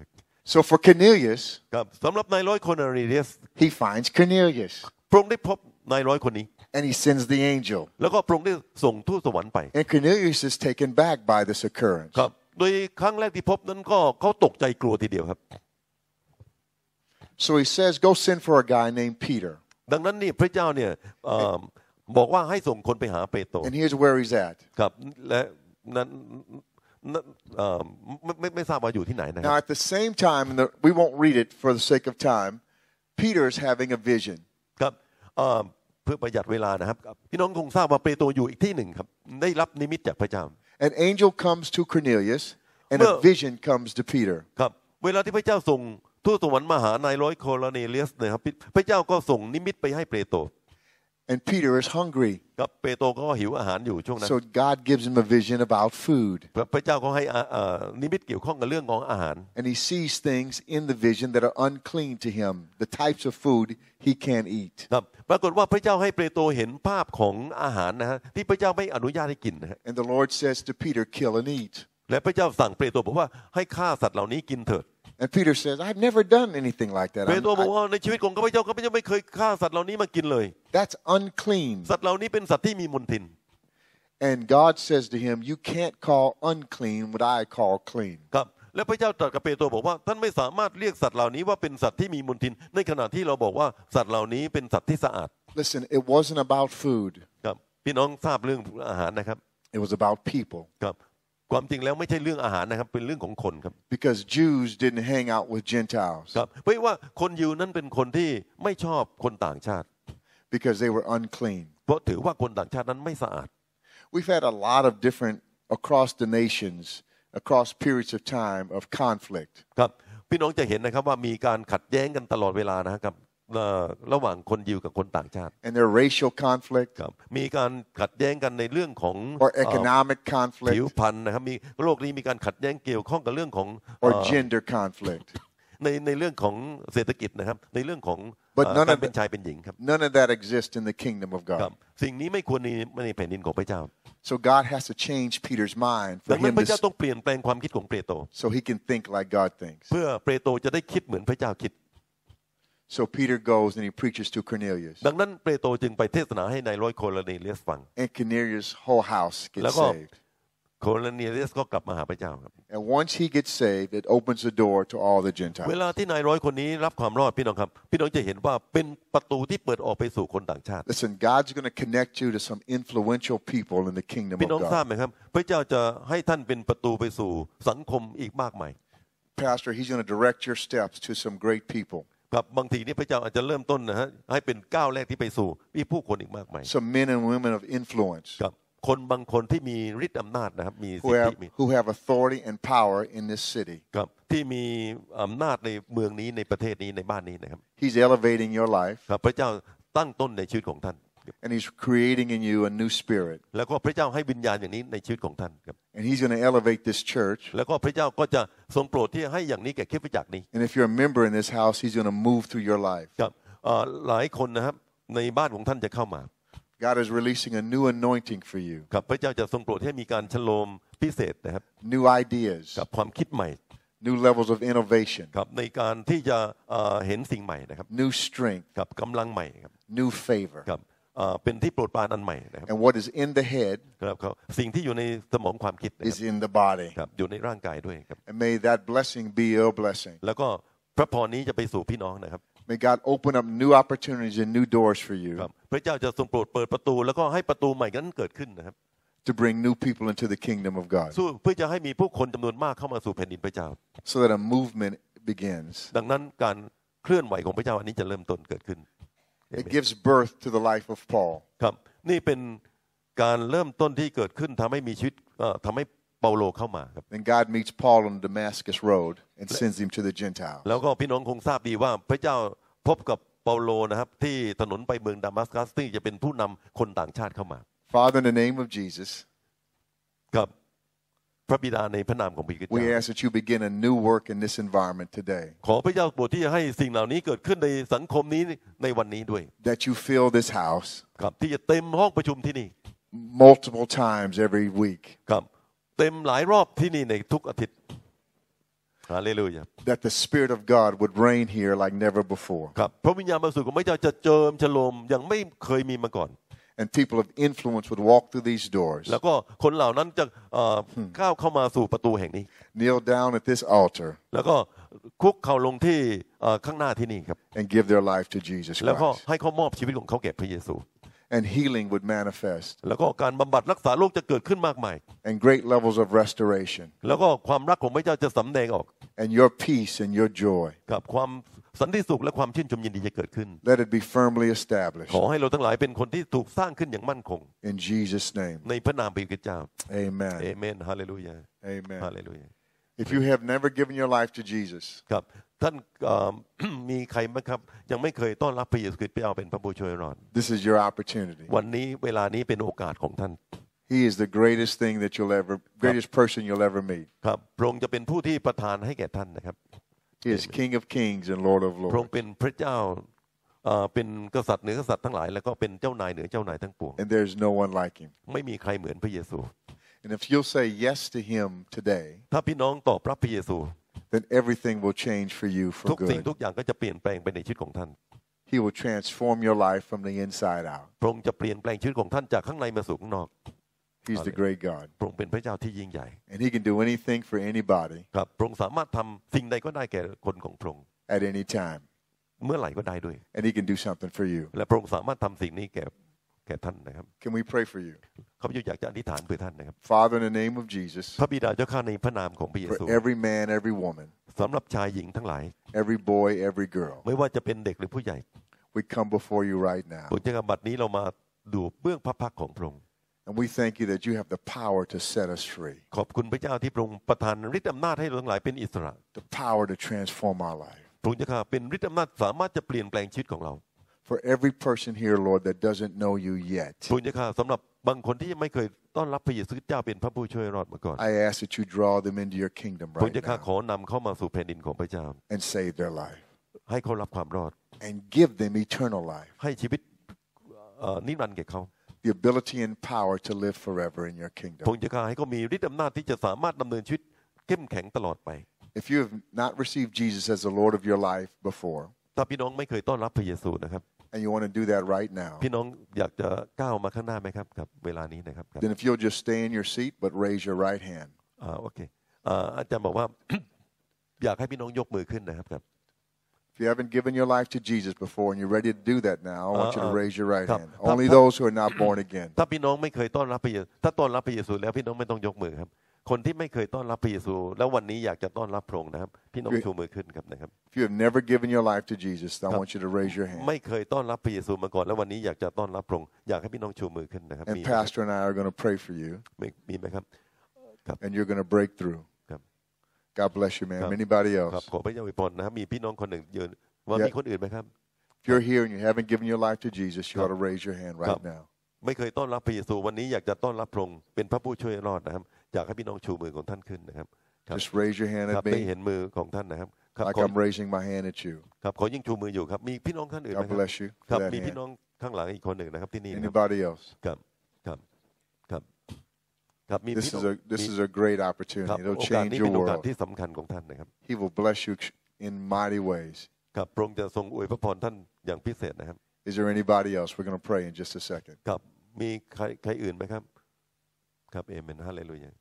Speaker 2: So for Cornelius,
Speaker 3: ครับสำหรับนายร้อยคนอารีเดียส
Speaker 2: he finds Cornelius
Speaker 3: พระองค์ได้พบนายร้อยคนนี้
Speaker 2: and he sends the angel.
Speaker 3: แล้วก็พระองค์ได้ส่งทูตสวรรค์ไป
Speaker 2: And Cornelius is taken back by this occurrence.
Speaker 3: ครับ โดยครั้งแรกที่พบนั้นก็เขาตกใจกลัวทีเดียวครับ
Speaker 2: So he says, Go send for a guy named Peter.
Speaker 3: ดังนั้นนี่พระเจ้าเนี่ยเอิ่มบอกว่าให้ส่งคนไปหาเปโตร
Speaker 2: And here's where he's at.
Speaker 3: ครับและนั้นนั้นเอิ่มไม่ไม่ไม่ทราบว่าอยู่ที่ไหนนะค
Speaker 2: Now,
Speaker 3: รับ
Speaker 2: at the same time, and the, we won't read it for the sake of time, Peter is having a vision.
Speaker 3: ครับเอิ่มเพื่อประหยัดเวลานะครับ พี่น้องคงทราบว่าเปโตรอยู่อีกที่หนึ่งครับ ได้รับนิมิตจากพระเจ้า
Speaker 2: An angel comes to Cornelius, and a
Speaker 3: Well-
Speaker 2: vision comes to Peter.
Speaker 3: ครับเวลาที่พระเจ้าส่งทูตสวรรค์มาหานายร้อยโคลเนเลียสเนยครับพระเจ้าก็ส่งนิมิตไปให้เปโตร
Speaker 2: And Peter is hungry,
Speaker 3: ครับเปโตรก็หิวอาหารอยู่ช่วงนั้น
Speaker 2: so God gives him a vision about food.
Speaker 3: พระพระเจ้าก็ให้อ่าอ่านิมิตเกี่ยวข้องกับเรื่องของอาหาร
Speaker 2: And he sees things in the vision that are unclean to him, the types of food he can't eat.
Speaker 3: ครับปรากฏว่าพระเจ้าให้เปโตรเห็นภาพของอาหารนะฮะที่พระเจ้าไม่อนุญาตให้กินนะฮะ
Speaker 2: And the Lord says to Peter, Kill and eat.
Speaker 3: และพระเจ้าสั่งเปโตรบอกว่าให้ฆ่าสัตว์เหล่านี้กินเถิด
Speaker 2: And Peter says, I've never done anything like that.
Speaker 3: เป
Speaker 2: I'm-
Speaker 3: โตรบอก
Speaker 2: I-
Speaker 3: ว่าในชีวิตของข้าพเจ้าข้าพเจ้าไม่เคยฆ่าสัตว์เหล่านี้มากินเลย
Speaker 2: that's unclean.
Speaker 3: สัตว์เหล่านี้เป็นสัตว์ที่มีมนทิน
Speaker 2: And God says to him, You can't call unclean what I call clean.
Speaker 3: ครับและพระเจ้าตรัสกับเปโตรบอกว่าท่านไม่สามารถเรียกสัตว์เหล่านี้ว่าเป็นสัตว์ที่มีมนทิน ในขณะที่เราบอกว่าสัตว์เหล่านี้เป็นสัตว์ที่สะอาด
Speaker 2: Listen, it wasn't about food,
Speaker 3: ครับพี่น้องทราบเรื่องอาหารนะครับ
Speaker 2: it was about people.
Speaker 3: ครับความจริงแล้วไม่ใช่เรื่องอาหารนะครับเป็นเรื่องของคนครับ
Speaker 2: Because Jews didn't hang out with Gentiles
Speaker 3: ครับเพราะว่าคนยิวนั้นเป็นคนที่ไม่ชอบคนต่างชาติ
Speaker 2: because they were unclean.
Speaker 3: เพราะถือว่าคนต่างชาตินั้นไม่สะอาด
Speaker 2: We've had a lot of different, across the nations, across periods of time, of conflict.
Speaker 3: ครับพี่น้องจะเห็นนะครับว่ามีการขัดแย้งกันตลอดเวลานะครับเอ่อระหว่างคนยิวกับคนต่างชาติ
Speaker 2: And their racial conflict
Speaker 3: ครับมีการขัดแย้งกันในเรื่องของ
Speaker 2: or
Speaker 3: เอ่อ
Speaker 2: economic
Speaker 3: ผิว
Speaker 2: conflict
Speaker 3: พรรณนะครับมีโลกนี้มีการขัดแย้งเกี่ยวข้องกับเรื่องของเอ่
Speaker 2: or
Speaker 3: อ
Speaker 2: gender conflict.
Speaker 3: ในในเรื่องของเศรษฐกิจนะครับ ในเรื่องของ
Speaker 2: But
Speaker 3: เอ่อ
Speaker 2: none of
Speaker 3: การเป็นชายเป็นหญิงครับ
Speaker 2: None of that exists in the kingdom of
Speaker 3: ครับ
Speaker 2: God.
Speaker 3: สิ่งนี้ไม่ควรมีในแผ่นดินของพระเจ้า
Speaker 2: So God has to change Peter's mind
Speaker 3: ดั
Speaker 2: for
Speaker 3: งนั้น
Speaker 2: him
Speaker 3: พ
Speaker 2: to,
Speaker 3: ระเจ้า
Speaker 2: s-
Speaker 3: ต้องเปลี่ยนแปลงความคิดของเปโตร
Speaker 2: so he can think like God thinks.
Speaker 3: เพื่อเปโตรจะได้คิดเหมือนพระเจ้าคิด
Speaker 2: So Peter goes and he preaches to Cornelius.
Speaker 3: ดังนั้นเปโตรจึงไปเทศนาให้นายร้อยโคลเนเลียสฟัง
Speaker 2: And Cornelius' whole house gets
Speaker 3: Luego-
Speaker 2: saved.
Speaker 3: โคลเนเลียสก็กลับมาหาพระเจ้าครับ
Speaker 2: And once he gets saved, it opens the door to all the
Speaker 3: เว
Speaker 2: Gentiles.
Speaker 3: ลาที่นายร้อยคนนี้รับความรอดพี่น้องครับ พี่น้องจะเห็นว่าเป็นประตูที่เปิดออกไปสู่คนต่างชาติ
Speaker 2: Listen, God's going to connect you to some influential people in the kingdom
Speaker 3: พี่
Speaker 2: of
Speaker 3: น้องทราบ
Speaker 2: God.
Speaker 3: ไหมครับ พระเจ้าจะให้ท่านเป็นประตูไปสู่สังคมอีกมากมาย
Speaker 2: Pastor, he's going to direct your steps to some great people,
Speaker 3: ครับบางทีนี่พระเจ้าอาจจะเริ่มต้นนะฮะให้เป็นก้าวแรกที่ไปสู่มีผู้คนอีกมากมาย
Speaker 2: some men and women of influence
Speaker 3: ครับคนบางคนที่มีฤทธิ์อำนาจนะครับ มีสิ
Speaker 2: who
Speaker 3: ท
Speaker 2: have,
Speaker 3: ธิมี
Speaker 2: who have authority and power in this city.
Speaker 3: ครับที่มีอำนาจในเมืองนี้ในประเทศนี้ในบ้านนี้นะครับ
Speaker 2: He's elevating your life
Speaker 3: ครับพระเจ้าตั้งต้นในชีวิตของท่าน
Speaker 2: and he's creating in you a new spirit.
Speaker 3: แล้วก็พระเจ้าให้วิญญาณอย่างนี้ในชีวิตของท่านครับ
Speaker 2: And he's going to elevate this church.
Speaker 3: แล้วก็พระเจ้าก็จะทรงโปรดที่ให้อย่างนี้แก่คริสตจักรนี้
Speaker 2: And if you're a member in this house, he's going to move through your life.
Speaker 3: ครับเอ่อหลายคนนะครับในบ้านของท่านจะเข้ามา
Speaker 2: God is releasing a new anointing for you,
Speaker 3: ครับพระเจ้าจะทรงโปรดให้มีการฉโลมพิเศษนะครับ
Speaker 2: new ideas,
Speaker 3: กับความคิดใหม่
Speaker 2: new levels of innovation,
Speaker 3: ครับในการที่จะเอ่อเห็นสิ่งใหม่นะครับ
Speaker 2: new strength,
Speaker 3: กับกำลังใหม่ครับ
Speaker 2: new favor.
Speaker 3: ครับเอ่อเป็นที่โปรดปรานอันใหม่นะครับ
Speaker 2: And what is in the head
Speaker 3: ครับเขาสิ่งที่อยู่ในสมองความคิดนะค
Speaker 2: is
Speaker 3: รับ
Speaker 2: in the body.
Speaker 3: ครับอยู่ในร่างกายด้วยครับ
Speaker 2: And may that blessing be your blessing.
Speaker 3: แล้วก็พระพรนี้จะไปสู่พี่น้องนะครับ
Speaker 2: May God open up new opportunities and new doors for
Speaker 3: ครั
Speaker 2: you
Speaker 3: บพระเจ้าจะทรงโปรดเปิดประตู แล้วก็ให้ประตูใหม่นั้นเกิดขึ้นนะครับ
Speaker 2: to bring new people into the kingdom of God
Speaker 3: สู้เพื่อจะให้มีผู้คนจำนวนมากเข้ามาสู่แผ่นดินพระเจ้า
Speaker 2: so that a movement begins.
Speaker 3: ดังนั้นการเคลื่อนไหวของพระเจ้าอันนี้จะเริ่มต้นเกิดขึ้น
Speaker 2: It gives birth to the life of Paul.
Speaker 3: ครับ นี่เป็นการเริ่มต้นที่เกิดขึ้นทำให้มีชีวิตเอ่อทำให้เปาโลเข้ามาครับ
Speaker 2: Then God meets Paul on the Damascus Road and sends him to the Gentiles.
Speaker 3: แล้วก็พี่น้องคงทราบดีว่าพระเจ้าพ พบกับเปาโลนะครับ ที่ถนนไปเมืองดามัสกัสที่จะเป็นผู้นำคนต่างชาติเข้ามา
Speaker 2: Father, in the name of Jesus,
Speaker 3: กับพระบิดาในพระนามของพระกิจ
Speaker 2: we ask that you begin a new work in this environment today.
Speaker 3: ขอพระเจ้าโปรดที่จะให้สิ่งเหล่านี้เกิดขึ้นในสังคมนี้ในวันนี้ด้วย
Speaker 2: That you fill this house
Speaker 3: ครับที่จะเต็มห้องประชุมที่นี่
Speaker 2: multiple times every week.
Speaker 3: ครับ เต็มหลายรอบที่นี่ในทุกอาทิตย์ฮาเลลูยา
Speaker 2: That the Spirit of God would reign here like never before.
Speaker 3: ครับพระวิญญาณบริสุทธิ์ของพระเจ้าจะเจิมฉโลมอยังไม่เคยมีมาก่อน
Speaker 2: And people of influence would walk through these doors,
Speaker 3: แล้วก็คนเหล่านั้นจะเอ่อก้าวเข้ามาสู่ประตูแห่งนี้
Speaker 2: kneel down at this altar,
Speaker 3: แล้วก็คุกเข่าลงที่เอ่อข้างหน้าที่นี่ครับ
Speaker 2: and give their life to Jesus
Speaker 3: แล้วก็
Speaker 2: Christ.
Speaker 3: ให้เขามอบชีวิตของเขาแก่พระเยซู
Speaker 2: And healing would manifest,
Speaker 3: แล้วก็การบำบัดรักษาโรคจะเกิดขึ้นมากมาย
Speaker 2: and great levels of restoration,
Speaker 3: แล้วก็ความรักของพระเจ้าจะสำแดงออก
Speaker 2: and your peace and your joy.
Speaker 3: กับความสันติสุขและความชื่นชมยินดีจะเกิดขึ้น
Speaker 2: Let it be firmly established.
Speaker 3: ขอให้เราทั้งหลายเป็นคนที่ถูกสร้างขึ้นอย่างมั่นคง
Speaker 2: In Jesus' name.
Speaker 3: ในพระนามพระเยซูเจ้า เอ
Speaker 2: Amen.
Speaker 3: เมนฮาเลลูยา
Speaker 2: Amen.
Speaker 3: ฮาเลลูยา
Speaker 2: If you have never given your life to Jesus,
Speaker 3: ครับท่านเอ่ อ มีใครไหมครับ ยังไม่เคยต้อนรับพระเยซูคริสต์ไปเอาเป็นพระผู้ช่วยรอด
Speaker 2: this is your opportunity.
Speaker 3: วันนี้เวลานี้เป็นโอกาสของท่าน
Speaker 2: He is the greatest thing that you'll ever, greatest person you'll ever meet.
Speaker 3: ครับพระองค์จะเป็นผู้ที่ประทานให้แก่ท่านนะครับ
Speaker 2: He is King of Kings and Lord of
Speaker 3: พระอง
Speaker 2: Lords.
Speaker 3: ค์เป็นพระเจ้าเอ่อเป็นกษัตริย์เหนือกษัตริย์ทั้งหลาย แล้วก็เป็นเจ้านายเหนือเจ้านายทั้งปวง
Speaker 2: And there's no one like him.
Speaker 3: ไม่มีใครเหมือนพระเยซู
Speaker 2: And if you'll say yes to him today,
Speaker 3: ถ้าพี่น้องตอบรับพระเยซู
Speaker 2: then everything will change for you
Speaker 3: ทุ
Speaker 2: for
Speaker 3: กสิ่งทุ
Speaker 2: good.
Speaker 3: กอย่างก็จะเปลี่ยนแปลงไปในชีวิตของท่าน
Speaker 2: He will transform your life from the inside out.
Speaker 3: พระองค์จะเปลี่ยนแปลงชีวิตของท่านจากข้างในมาสู่ข้างนอก
Speaker 2: He's the great God.
Speaker 3: พระองค์เป็นพระเจ้าที่ยิ่งใหญ่
Speaker 2: And he can do anything for anybody
Speaker 3: ครับพระองค์สามารถทำสิ่งใดก็ได้แก่คนของพระองค์
Speaker 2: at any time.
Speaker 3: เมื่อไหร่ก็ได้ด้วย
Speaker 2: And he can do something for you.
Speaker 3: และพระองค์สามารถทำสิ่งนี้แก่แก่ท่านนะครับ
Speaker 2: Can we pray for you?
Speaker 3: ข้าพเจ้าอยากจะอธิษฐานเพื่อท่านนะครับ
Speaker 2: Father, in the name of Jesus,
Speaker 3: พระบิดาเจ้าข้าในพระนามของพระเย
Speaker 2: for
Speaker 3: ซู
Speaker 2: every man, every woman,
Speaker 3: สำหรับชายหญิงทั้งหลาย
Speaker 2: every boy, every girl,
Speaker 3: ไม่ว่าจะเป็นเด็กหรือผู้ใหญ่
Speaker 2: we come before you right now.
Speaker 3: ผลจากบัดนี้เรามาดูเบื้องพระพักตร์ของพระองค์
Speaker 2: And we thank you that you have the power to set us free,
Speaker 3: ขอบคุณพระเจ้าที่พระองค์ประทานฤทธิ์อำนาจให้เราทั้งหลายเป็นอิสระ
Speaker 2: the power to transform our life.
Speaker 3: พระองค์เจ้าข้าเป็นฤทธิ์อำนาจสามารถจะเปลี่ยนแปลงชีวิตของเรา
Speaker 2: For every person here, Lord, that doesn't know you
Speaker 3: พ
Speaker 2: yet,
Speaker 3: ระองค์เจ้าข้าสำหรับบางคนที่ยังไม่เคยต้อนรับพระเยซูคริสต์เจ้าเป็นพระผู้ช่วยรอดมาก่อน
Speaker 2: I ask that you draw them into your kingdom
Speaker 3: พระอง
Speaker 2: right
Speaker 3: ค์เจ้าข้า
Speaker 2: now
Speaker 3: ขอนำเข้ามาสู่แผ่นดินของพระเจ้า
Speaker 2: and save their life
Speaker 3: ให้เขารับความรอด
Speaker 2: and give them eternal life,
Speaker 3: ให้ชีวิตเอ่อนิรันดร์แก่เขา
Speaker 2: the ability and power to live forever in your
Speaker 3: พระ
Speaker 2: kingdom.
Speaker 3: องค์เจ้าข้าให้เขามีฤทธิ์อำนาจที่จะสามารถดำเนินชีวิตเข้มแข็งตลอดไป
Speaker 2: If you have not received Jesus as the Lord of your life before,
Speaker 3: ถ้าพี่น้องไม่เคยต้อนรับพระเยซูนะครับ
Speaker 2: and you want to do that right now,
Speaker 3: พี่น้องอยากจะก้าวมาข้างหน้าไหมครับกับเวลานี้นะครับครับ
Speaker 2: then if you'll just stay in your seat but raise your right hand.
Speaker 3: อ่าโอเคอ่าอาจารย์บอก ว่า อยากให้พี่น้องยกมือขึ้นนะครับครับ
Speaker 2: If you haven't given your life to Jesus before and you're ready to do that now, I want you to
Speaker 3: Uh-uh.
Speaker 2: raise your right
Speaker 3: Tap,
Speaker 2: hand.
Speaker 3: tap,
Speaker 2: Only
Speaker 3: tap.
Speaker 2: those who are not born again.
Speaker 3: ถ้าพี่น้องไม่เคยต้อนรับพระเยซูถ้าต้อนรับพระเยซูแล้วพี่น้องไม่ต้องยกมือครับ คนที่ไม่เคยต้อนรับพระเยซู แล้ววันนี้อยากจะต้อนรับพระองค์นะครับ พี่น้อง
Speaker 2: คือ
Speaker 3: ชูมือขึ้นครับนะครับ
Speaker 2: If you have never given your life to Jesus, I want you to raise your hand.
Speaker 3: ไม่เคยต้อนรับพระเยซูมาก่อน แล้ววันนี้อยากจะต้อนรับพระองค์อยากให้พี่น้องชูมือขึ้นนะครับ
Speaker 2: And
Speaker 3: มีไหมครับ
Speaker 2: Pastor and I are going to pray for you,
Speaker 3: มีมีไหมครับ
Speaker 2: and you're going to break through.
Speaker 3: ครับ
Speaker 2: God bless you,
Speaker 3: Tap,
Speaker 2: ma'am. Anybody
Speaker 3: ครับ
Speaker 2: else?
Speaker 3: ขอพระเจ้าอวยพรนะครับมีพี่น้องคนหนึ่งยืนว่า
Speaker 2: อย่ามี
Speaker 3: มีคนอื่นไหมครับ
Speaker 2: If you're here and you haven't given your life to Jesus, you
Speaker 3: Tap.
Speaker 2: ought to raise your hand
Speaker 3: Tap.
Speaker 2: right now.
Speaker 3: ไม่เคยต้อนรับพระเยซู วันนี้อยากจะต้อนรับพระองค์เป็นพระผู้ช่วยรอดนะครับ อยากให้พี่น้องชูมือของท่านขึ้นนะครับครับ
Speaker 2: Just raise your hand
Speaker 3: ครั
Speaker 2: at
Speaker 3: บได้
Speaker 2: me
Speaker 3: เห็นมือของท่านนะครับครับ
Speaker 2: like
Speaker 3: ขอ
Speaker 2: I'm raising my hand at you.
Speaker 3: ครับขอยิ่งชูมืออยู่ครับมีพี่น้องท่านอื่นไหม
Speaker 2: God
Speaker 3: ครับ
Speaker 2: bless you
Speaker 3: ครับ
Speaker 2: for that
Speaker 3: มีพี่
Speaker 2: hand.
Speaker 3: น้องข้างหลังอีกคนหนึ่งนะครับที่นี่นะครับ
Speaker 2: Anybody else?
Speaker 3: ครับครับครับครับมี
Speaker 2: This
Speaker 3: พี่น้อ
Speaker 2: is
Speaker 3: ง
Speaker 2: a this
Speaker 3: มี
Speaker 2: is a great
Speaker 3: ครับ
Speaker 2: opportunity. It'll
Speaker 3: โอกาส
Speaker 2: change
Speaker 3: นี้
Speaker 2: your
Speaker 3: เป็นโอกาส
Speaker 2: world.
Speaker 3: ที่สำคัญของท่านนะครับ
Speaker 2: He will bless you in mighty ways.
Speaker 3: ครับพระองค์จะทรงอวยพระพรท่านอย่างพิเศษนะครับ
Speaker 2: Is there anybody else? We're going to pray in just a second.
Speaker 3: ครับมีใครใครอื่นไหมครับ ครับเอเมนฮาเลลูยา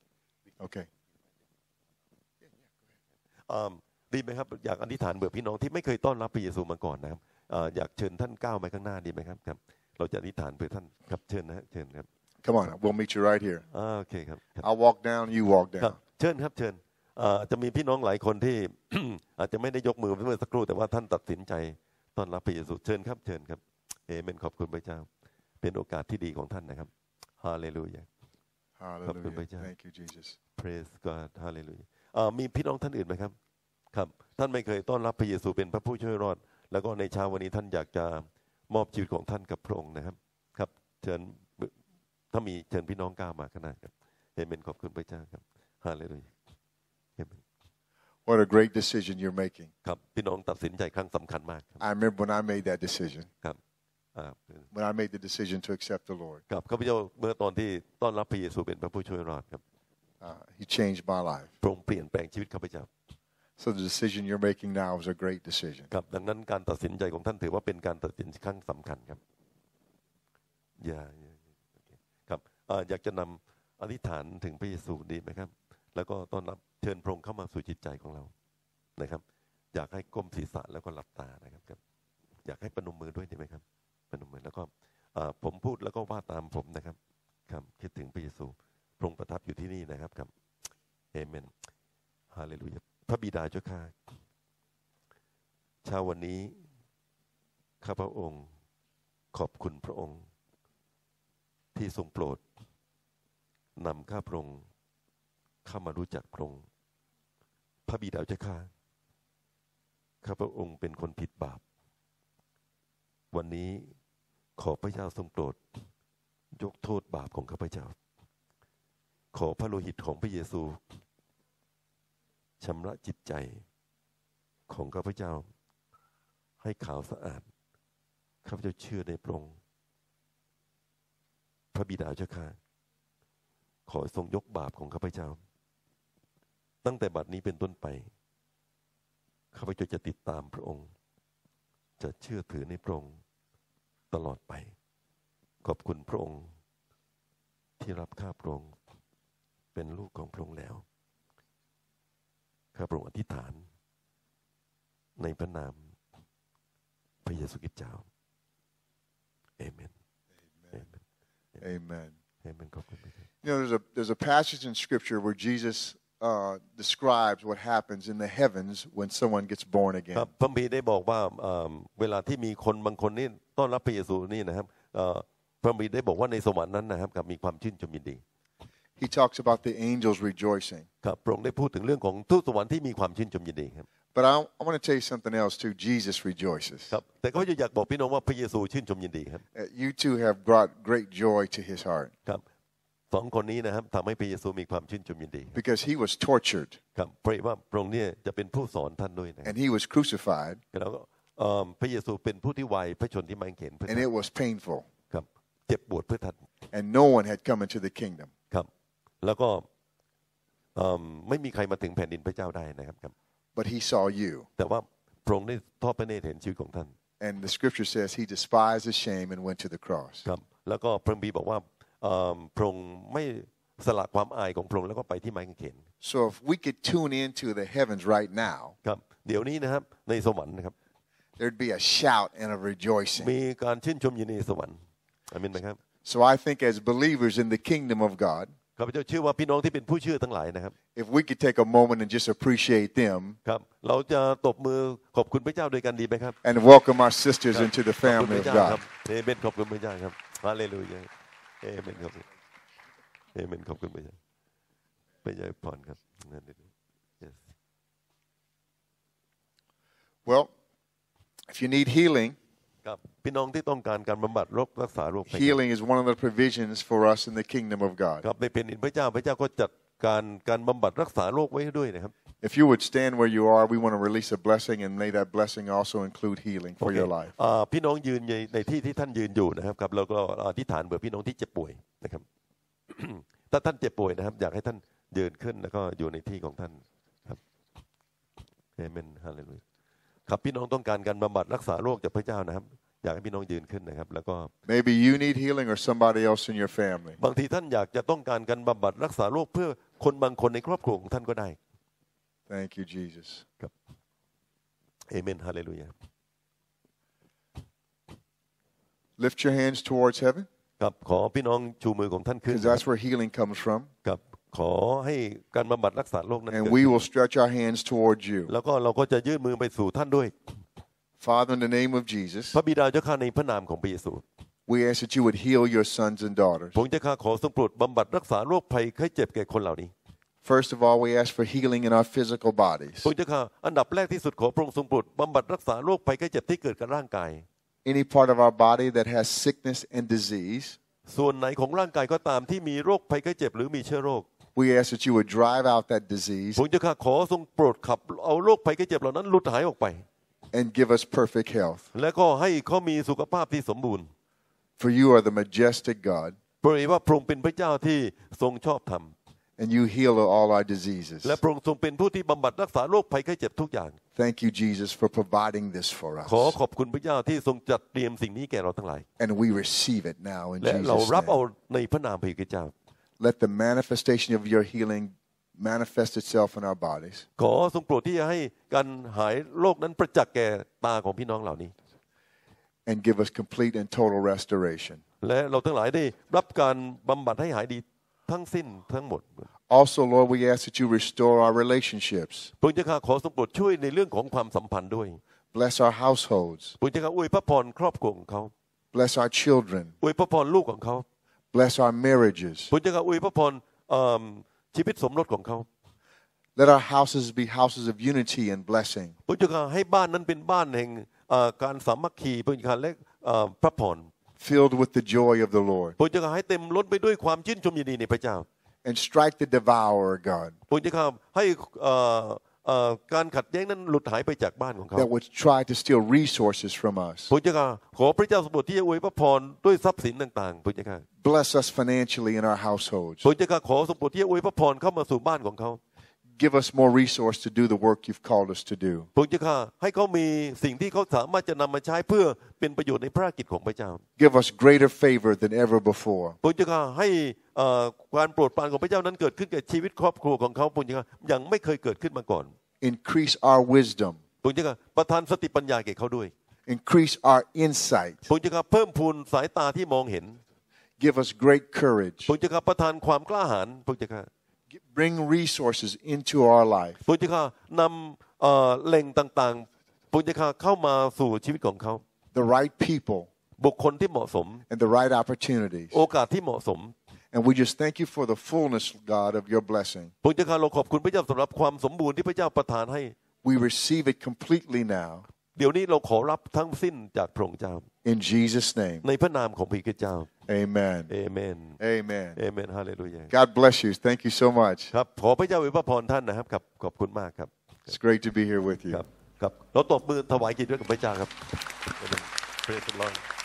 Speaker 2: Okay.
Speaker 3: อ่าดีไหมครับอยากอธิษฐานเบื่อพี่น้องที่ไม่เคยต้อนรับพระเยซูมาก่อนนะครับอ่าอยากเชิญท่านก้าวไปข้างหน้าดีไหมครับครับ เราจะอธิษฐานเพื่อท่านครับเชิญนะฮะเชิญครับ
Speaker 2: Come on. We'll meet you right here.
Speaker 3: อ่าโอเคครับครับ
Speaker 2: I'll walk down, you walk
Speaker 3: ครับ
Speaker 2: down.
Speaker 3: เชิญครับเชิญอ่าจะมีพี่น้องหลายคนที่ อาจจะไม่ได้ยกมือเมื่อสักครู่แต่ว่าท่านตัดสินใจต้อนรับพระเยซูเชิญครับเชิญครับเอเมนขอบคุณพระเจ้า เป็นโอกาสที่ดีของท่านนะครับฮาเลลูยา
Speaker 2: Hallelujah.
Speaker 3: Hallelujah.
Speaker 2: Thank you, Jesus.
Speaker 3: praise God hallelujah อ่ามีพี่น้องท่านอื่นไหมครับ ครับ ท่านไม่เคยต้อนรับพระเยซูเป็นพระผู้ช่วยรอด แล้วก็ในเช้าวันนี้ท่านอยากจะมอบชีวิตของท่านกับพระองค์นะครับ ครับเชิญถ้ามีเชิญพี่น้องกล้ามาก็ได้ครับเอเมนขอบคุณพระเจ้าครับฮาเลลูยาเอเมน
Speaker 2: What a great decision you're making.
Speaker 3: ครับพี่น้องตัดสินใจครั้งสำคัญมากครับ
Speaker 2: I remember when I made that decision,
Speaker 3: ครับอ่า
Speaker 2: when I made the decision to accept the Lord,
Speaker 3: กับข้าพเจ้าเมื่อตอนที่ต้อนรับพระเยซูเป็นพระผู้ช่วยรอดครับ
Speaker 2: uh, He changed my life.
Speaker 3: พระองค์เปลี่ยนแปลงชีวิตข้าพเจ้า
Speaker 2: So the decision you're making now is a great decision.
Speaker 3: ครับดังนั้นการตัดสินใจของท่านถือว่าเป็นการตัดสินครั้งสำคัญครับ อย่าอย่าอย่าโอเคครับอ่าอยากจะนำอธิษฐานถึงพระเยซูดีไหมครับ แล้วก็ต้อนรับเชิญพระองค์เข้ามาสู่จิตใจของเรานะครับ อยากให้ก้มศีรษะแล้วก็หลับตานะครับครับ อยากให้ประนมมือด้วยดีไหมครับประนมมือแล้วก็อ่าผมพูดแล้วก็ว่าตามผมนะครับ ครับคิดถึงพระเยซูพระองค์ประทับอยู่ที่นี่นะครับครับเอเมนฮาเลลูยาพระบิดาเจ้าข้า เช้าวันนี้ข้าพระองค์ขอบคุณพระองค์ ที่ทรงโปรดนำข้าพระองค์เข้ามารู้จักพระองค์พระบิดาเจ้าข้าข้าพระองค์เป็นคนผิดบาป วันนี้ขอพระเจ้าทรงโปรด ยกโทษบาปของข้าพเจ้า ขอพระโลหิตของพระเยซูชำระจิตใจ ของข้าพเจ้า ให้ขาวสะอาดข้าพเจ้าเชื่อในพระองค์พระบิดาเจ้าข้าขอทรงยกบาปของข้าพเจ้า ตั้งแต่บัดนี้เป็นต้นไปข้าพเจ้าจะติดตามพระองค์ จะเชื่อถือในพระองค์ตลอดไป ขอบคุณพระองค์ ที่รับข้าพระองค์เป็นลูกของพระองค์แล้วข้าพระองค์อธิษฐาน ในพระนามพระเยซูคริสต์เจ้าเอเมน เอเมน
Speaker 2: Amen.
Speaker 3: เอเมนขอบคุณพระเจ้า
Speaker 2: You know, there's a there's a passage in Scripture where Jesus uh, describes what happens in the heavens when someone gets born
Speaker 3: ค
Speaker 2: again.
Speaker 3: รับพระบีร์ได้บอกว่าเอ่อเวลาที่มีคนบางคนนี่ต้อนรับพระเยซูนี่นะครับเอ่อพระบีร์ได้บอกว่าในสวรรค์นั้นนะครับกับมีความชื่นชมยินดี
Speaker 2: He talks about the angels rejoicing.
Speaker 3: ครับพระองค์ได้พูดถึงเรื่องของทูตสวรรค์ที่มีความชื่นชมยินดีครับ
Speaker 2: But I, I want to tell you something else too. Jesus rejoices.
Speaker 3: ครับแต่ก็อยากบอกพี่น้องว่าพระเยซูชื่นชมยินดีครับ
Speaker 2: Uh, You two have brought great joy to his heart
Speaker 3: ครับสองคนนี้นะครับทำให้พระเยซูมีความชื่นชมยินดี
Speaker 2: because he was tortured
Speaker 3: ครับเพราะว่าพระองค์เนี่ยจะเป็นผู้สอนท่านด้วยนะครับ
Speaker 2: and he was crucified
Speaker 3: แล้วก็เอิ่มพระเยซูเป็นผู้ที่ไวพระชนที่ไม้กางเขนเพื่อ
Speaker 2: and
Speaker 3: ท่าน
Speaker 2: it was painful
Speaker 3: ครับเจ็บปวดเพื่อท่าน
Speaker 2: and no one had come into the kingdom.
Speaker 3: ครับ แล้วก็เอิ่มไม่มีใครมาถึงแผ่นดินพระเจ้าได้นะครับครับ
Speaker 2: But he saw you
Speaker 3: แต่ว่าพระองค์ได้ทอดพระเนตรเห็นชีวิตของท่าน
Speaker 2: and the scripture says he despised the shame and went to the cross.
Speaker 3: ครับ แล้วก็พระบีร์บอกว่าเอิ่มพระองค์ไม่สละความอายของพระองค์แล้วก็ไปที่ไม้กางเขน
Speaker 2: So if we could tune into the heavens right now,
Speaker 3: ครับ เดี๋ยวนี้นะครับในสวรรค์นะครับ
Speaker 2: there'd be a shout and a rejoicing.
Speaker 3: มีการชื่นชมยินดีในสวรรค์อาเมนไหมครับ
Speaker 2: So I think as believers in the kingdom of God,
Speaker 3: ข้าพเจ้าเชื่อว่าพี่น้องที่เป็นผู้เชื่อทั้งหลายนะครับ
Speaker 2: if we could take a moment and just appreciate them
Speaker 3: ครับ เราจะตบมือขอบคุณพระเจ้าด้วยกันดีไหมครับ
Speaker 2: and welcome our sisters
Speaker 3: ครับ
Speaker 2: into the
Speaker 3: ขอบคุณ
Speaker 2: family
Speaker 3: พ
Speaker 2: of
Speaker 3: ระเจ้าครั
Speaker 2: God.
Speaker 3: บเอเมนขอบคุณพระเจ้าครับฮาเลลูยาเอเมนครับเอเมนขอบคุณพระเจ้าพระเจ้าอวยพรครับนั่นเอง yes
Speaker 2: Well, if you need healing,
Speaker 3: ครับพี่น้องที่ต้องการการบำบัดโรครักษาโรคภัย
Speaker 2: healing is one of the provisions for us in the kingdom of God.
Speaker 3: ครับในเป็นอินพระเจ้าพระเจ้าก็จัดการการบำบัดรักษาโรคไว้ให้ด้วยนะครับ
Speaker 2: If you would stand where you are, we want to release a blessing and may that blessing also include healing for your life.
Speaker 3: อ่าพี่น้องยืนในในที่ที่ท่านยืนอยู่นะครับครับแล้วก็อธิษฐานเบื่อพี่น้องที่เจ็บป่วยนะครับ ถ้าท่านเจ็บป่วยนะครับ อยากให้ท่านยืนขึ้นแล้วก็อยู่ในที่ของท่านครับเอเมนฮาเลลูยาครับพี่น้องต้องการการบำบัดรักษาโรคจากพระเจ้านะครับ อยากให้พี่น้องยืนขึ้นนะครับ แล้วก็
Speaker 2: Maybe you need healing or somebody else in your family.
Speaker 3: บางทีท่านอยากจะต้องการการบำบัดรักษาโรคเพื่อคนบางคนในครอบครัวของท่านก็ได้
Speaker 2: Thank you, Jesus.
Speaker 3: ครับเอเมนฮาเลลูยา
Speaker 2: Lift your hands towards heaven
Speaker 3: ครับขอพี่น้องชูมือของท่านขึ้น
Speaker 2: because that's where healing comes from.
Speaker 3: ครับขอให้การบำบัดรักษาโรคนั้นเกิด
Speaker 2: And
Speaker 3: ขึ้น
Speaker 2: we will stretch our hands towards you.
Speaker 3: แล้วก็เราก็จะยื่นมือไปสู่ท่านด้วย
Speaker 2: Father, in the name of Jesus,
Speaker 3: พระบิดาเจ้าข้าในพระนามของพระเยซู
Speaker 2: we ask that you would heal your sons and daughters.
Speaker 3: พระองค์เจ้าข้าขอทรงโปรดบำบัดรักษาโรคภัยไข้เจ็บแก่คนเหล่านี้
Speaker 2: First of all, we ask for healing in our physical bodies.
Speaker 3: พระเจ้าข้าอันดับแรกที่สุดขอพระองค์ทรงโปรดบำบัดรักษาโรคภัยไข้เจ็บที่เกิดกับร่างกาย
Speaker 2: Any part of our body that has sickness and disease,
Speaker 3: ส่วนไหนของร่างกายก็ตามที่มีโรคภัยไข้เจ็บหรือมีเชื้อโรค
Speaker 2: we ask that you would drive out that disease
Speaker 3: พระเจ้าข้าขอทรงโปรดขับเอาโรคภัยไข้เจ็บเหล่านั้นหลุดหายออกไป
Speaker 2: and give us perfect health.
Speaker 3: และก็ให้เขามีสุขภาพที่สมบูรณ์
Speaker 2: For you are the majestic God,
Speaker 3: เพราะเห็นว่าพระองค์เป็นพระเจ้าที่ทรงชอบธรรม
Speaker 2: and you heal all our diseases.
Speaker 3: และพระองค์ทรงเป็นผู้ที่บำบัดรักษาโรคภัยไข้เจ็บทุกอย่าง
Speaker 2: Thank you, Jesus, for providing this for
Speaker 3: ขอ
Speaker 2: us.
Speaker 3: ขอบคุณพระเจ้าที่ทรงจัดเตรียมสิ่งนี้แก่เราทั้งหลาย
Speaker 2: And we receive it now in
Speaker 3: และเรา
Speaker 2: Jesus'
Speaker 3: รับเอา
Speaker 2: name.
Speaker 3: ในพระนามพระเจ้า
Speaker 2: Let the manifestation of your healing manifest itself in our bodies.
Speaker 3: ขอทรงโปรดที่จะให้การหายโรคนั้นประจักษ์แก่ตาของพี่น้องเหล่านี้
Speaker 2: and give us complete and total restoration.
Speaker 3: และเราทั้งหลายได้รับการบำบัดให้หายดีทั้งสิ้นทั้งหมด
Speaker 2: Also, Lord, we ask that you restore our relationships,
Speaker 3: พระองค์เจ้าข้าขอทรงโปรดช่วยในเรื่องของความสัมพันธ์ด้วย
Speaker 2: bless our households,
Speaker 3: พระองค์เจ้าข้าอวยพระพรครอบครัวของเขา
Speaker 2: bless our children,
Speaker 3: อวยพระพรลูกของเขา
Speaker 2: bless our marriages.
Speaker 3: พระองค์เจ้าข้าอวยพระพรเอิ่มชีวิตสมรสของเขา
Speaker 2: Let our houses be houses of unity and blessing.
Speaker 3: พระองค์เจ้าข้าให้บ้านนั้นเป็นบ้านแห่งเอ่อการสามัคคีพระองค์เจ้าข้าและเอ่อพระพร
Speaker 2: Filled with the joy of the Lord,
Speaker 3: พระองค์เจ้าข้าให้เต็มล้นไปด้วยความชื่นชมยินดีในพระเจ้า
Speaker 2: and strike the devourer, God,
Speaker 3: พระองค์เจ้าข้าให้เอ่อเอ่อการขัดแย้งนั้นหลุดหายไปจากบ้านของเขา
Speaker 2: that would try to steal resources from us.
Speaker 3: พระเจ้าข้าขอพระเจ้าสมบูรณ์ที่จะอวยพระพรด้วยทรัพย์สินต่างๆพระเจ้าข้า
Speaker 2: Bless us financially in our households.
Speaker 3: พระเจ้าข้าขอสมบูรณ์ที่จะอวยพระพรเข้ามาสู่บ้านของเขา
Speaker 2: Give us more resource to do the work you've called us to do.
Speaker 3: พระเจ้าข้าให้เขามีสิ่งที่เขาสามารถจะนำมาใช้เพื่อเป็นประโยชน์ในภารกิจของพระเจ้า
Speaker 2: Give us greater favor than ever before.
Speaker 3: พระเจ้าข้าให้เอ่อการโปรดปรานของพระเจ้านั้นเกิดขึ้นกับชีวิตครอบครัวของเขาพระเจ้าข้ายังไม่เคยเกิดขึ้นมาก่อน
Speaker 2: Increase our wisdom.
Speaker 3: พระเจ้าข้าประทานสติปัญญาแก่เขาด้วย
Speaker 2: Increase our insight.
Speaker 3: พระเจ้าข้าเพิ่มพูนสายตาที่มองเห็น
Speaker 2: Give us great courage.
Speaker 3: พระเจ้าข้าประทานความกล้าหาญพระเจ้าข้า
Speaker 2: Bring resources into our life.
Speaker 3: พระเจ้าข้านำเอ่อแหล่งต่างๆพระเจ้าข้าเข้ามาสู่ชีวิตของเขา
Speaker 2: The right people
Speaker 3: บุคคลที่เหมาะสม
Speaker 2: and the right opportunities.
Speaker 3: โอกาสที่เหมาะสม
Speaker 2: And we just thank you for the fullness, God, of your blessing.
Speaker 3: พระเจ้าข้าเราขอบคุณพระเจ้าสำหรับความสมบูรณ์ที่พระเจ้าประทานให้
Speaker 2: We receive it completely now.
Speaker 3: เดี๋ยวนี้เราขอรับทั้งสิ้นจากพระองค์เจ้า
Speaker 2: In Jesus' name.
Speaker 3: ในพระนามของพระเจ้า
Speaker 2: Amen.
Speaker 3: เอเมน
Speaker 2: Amen.
Speaker 3: เอเมนฮาเลลูยา
Speaker 2: God bless you. Thank you so much.
Speaker 3: ครับขอพระเจ้าอวยพระพรท่านนะครับครับขอบคุณมากครับ
Speaker 2: It's great to be here with
Speaker 3: ค
Speaker 2: you.
Speaker 3: รับครับเราตบมือถวายเกิจด้วยกับพระเจ้าครับ Praise the Lord